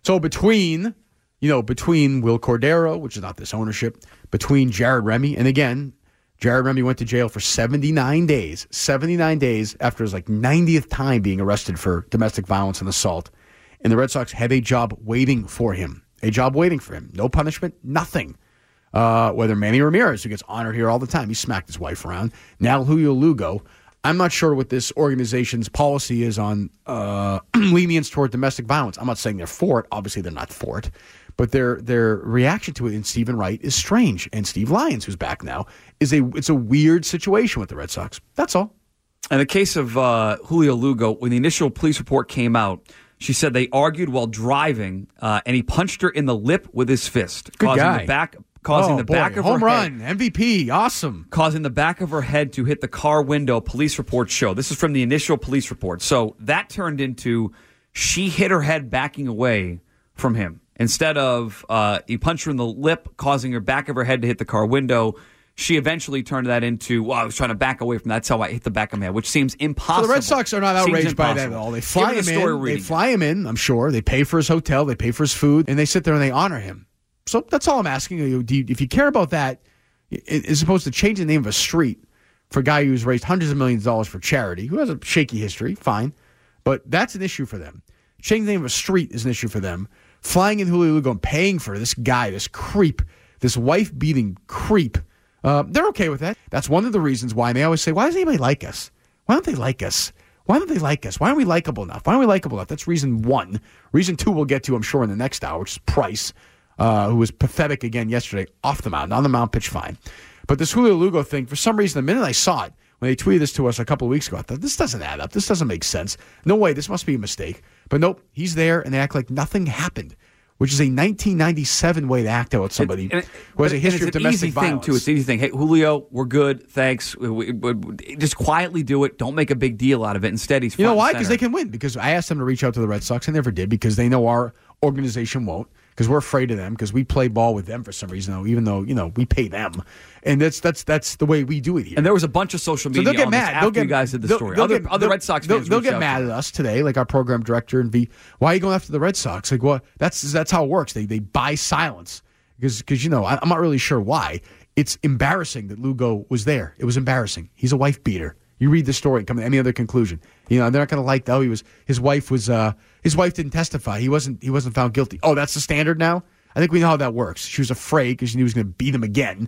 F: So between, you know, between Will Cordero, which is not this ownership, between Jared Remy, and again, Jared Remy went to jail for 79 days, 79 days after his like 90th time being arrested for domestic violence and assault. And the Red Sox have a job waiting for him, a job waiting for him. No punishment, nothing. Uh, whether Manny Ramirez, who gets honored here all the time, he smacked his wife around. Now Julio Lugo. I'm not sure what this organization's policy is on uh, [clears throat] lenience toward domestic violence. I'm not saying they're for it. Obviously, they're not for it, but their their reaction to it in Stephen Wright is strange. And Steve Lyons, who's back now, is a it's a weird situation with the Red Sox. That's all.
G: In the case of uh, Julio Lugo, when the initial police report came out, she said they argued while driving, uh, and he punched her in the lip with his fist,
F: Good
G: causing
F: guy.
G: the back, causing
F: Oh,
G: the
F: boy.
G: back of
F: home
G: her head-
F: run MVP. Awesome.
G: causing the back of her head to hit the car window. Police reports show this is from the initial police report. So that turned into she hit her head backing away from him instead of uh, he punched her in the lip, causing her back of her head to hit the car window. She eventually turned that into, well, I was trying to back away from that. That's how I hit the back of my head, which seems impossible.
F: So the Red Sox are not
G: Seems
F: outraged by that at
G: impossible.
F: all. They
G: Given
F: fly
G: the
F: him
G: story
F: in. They
G: reading.
F: fly him in. I'm sure they pay for his hotel. They pay for his food, and they sit there and they honor him. So that's all I'm asking you. Do you if you care about that, i- as opposed to change the name of a street for a guy who's raised hundreds of millions of dollars for charity, who has a shaky history, fine, but that's an issue for them. Changing the name of a street is an issue for them. Flying in Hulu Lugo and paying for this guy, this creep, this wife beating creep, uh, they're okay with that. That's one of the reasons why they always say, "Why does anybody like us? Why don't they like us?" Why don't they like us? Why aren't we likable enough? Why aren't we likable enough? That's reason one. Reason two, we'll get to, I'm sure, in the next hour, which is Price, uh, who was pathetic again yesterday off the mound, on the mound pitch fine. But this Julio Lugo thing, for some reason, the minute I saw it, when they tweeted this to us a couple of weeks ago, I thought, this doesn't add up. This doesn't make sense. No way. This must be a mistake. But nope, he's there, and they act like nothing happened. which is a 1997 way to act out somebody who has a
G: And
F: history
G: it's
F: of
G: an
F: domestic
G: easy
F: violence.
G: thing too. It's an easy thing. Hey, Julio, we're good. Thanks. We- we- we- just quietly do it. Don't make a big deal out of it. Instead, he's
F: You know
G: front
F: why?
G: and
F: Because
G: center.
F: they can win. Because I asked them to reach out to the Red Sox, and they never did because they know our organization won't. Because we're afraid of them. Because we play ball with them for some reason, though. Even though you know we pay them, and that's that's that's the way we do it here.
G: And there was a bunch of social
F: So
G: media.
F: they'll get
G: on this
F: mad.
G: After
F: they'll get
G: you guys did the
F: they'll-
G: story.
F: they'll
G: other
F: get-
G: other
F: they'll-
G: Red Sox
F: They'll,
G: fans.
F: they'll
G: reached
F: get
G: out
F: mad
G: to
F: at
G: me.
F: us today, like our program director and V. Why are you going after the Red Sox? Like, well, that's that's how it works. They they buy silence because because you know I, I'm not really sure why. It's embarrassing that Lugo was there. It was embarrassing. He's a wife beater. You read the story and come to any other conclusion. You know they're not going to like that. Oh, he was his wife was uh his wife didn't testify. He wasn't he wasn't found guilty. Oh, that's the standard now. I think we know how that works. She was afraid because she knew he was going to beat him again.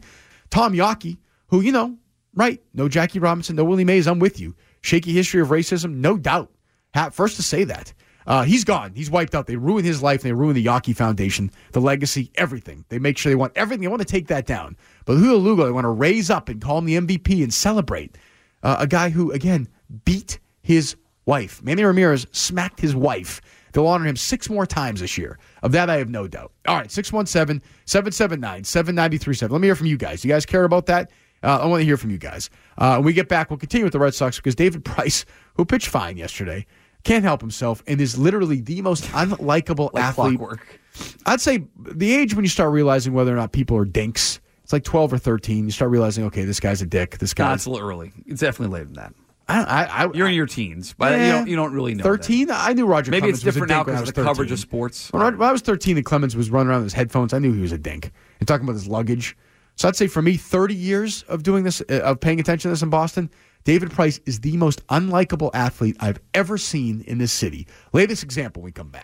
F: Tom Yockey, who you know Right. No Jackie Robinson, no Willie Mays. I'm with you. Shaky history of racism, no doubt. Ha- First to say that. Uh, he's gone. He's wiped out. They ruined his life. They ruined the Yaki Foundation, the legacy, everything. They make sure they want everything. They want to take that down. But Julio Lugo, they want to raise up and call him the MVP and celebrate uh, a guy who, again, beat his wife. Manny Ramirez smacked his wife. They'll honor him six more times this year. Of that, I have no doubt. All right, 617 779 7937. Let me hear from you guys. You guys care about that? Uh, I want to hear from you guys. Uh, when we get back, we'll continue with the Red Sox because David [laughs] Price, who pitched fine yesterday, can't help himself and is literally the most unlikable athlete. I'd say the age when you start realizing whether or not people are dinks. It's like 12 or 13. You start realizing, okay, this guy's a dick. This
G: Nah,
F: guy's
G: it's a little early. It's definitely later than that.
F: I, I, I
G: You're in your teens, but you
F: Yeah.
G: don't you don't really know. that.
F: Eh. Thirteen, I knew Roger.
G: Maybe
F: Clemens
G: it's different
F: was a
G: now
F: dink when I
G: because
F: was
G: of the coverage
F: 13.
G: of sports.
F: When I, when I was thirteen, and Clemens was running around with his headphones, I knew he was a dink. And talking about his luggage, so I'd say for me, thirty years of doing this, uh, of paying attention to this in Boston, David Price is the most unlikable athlete I've ever seen in this city. Latest example, when we come back.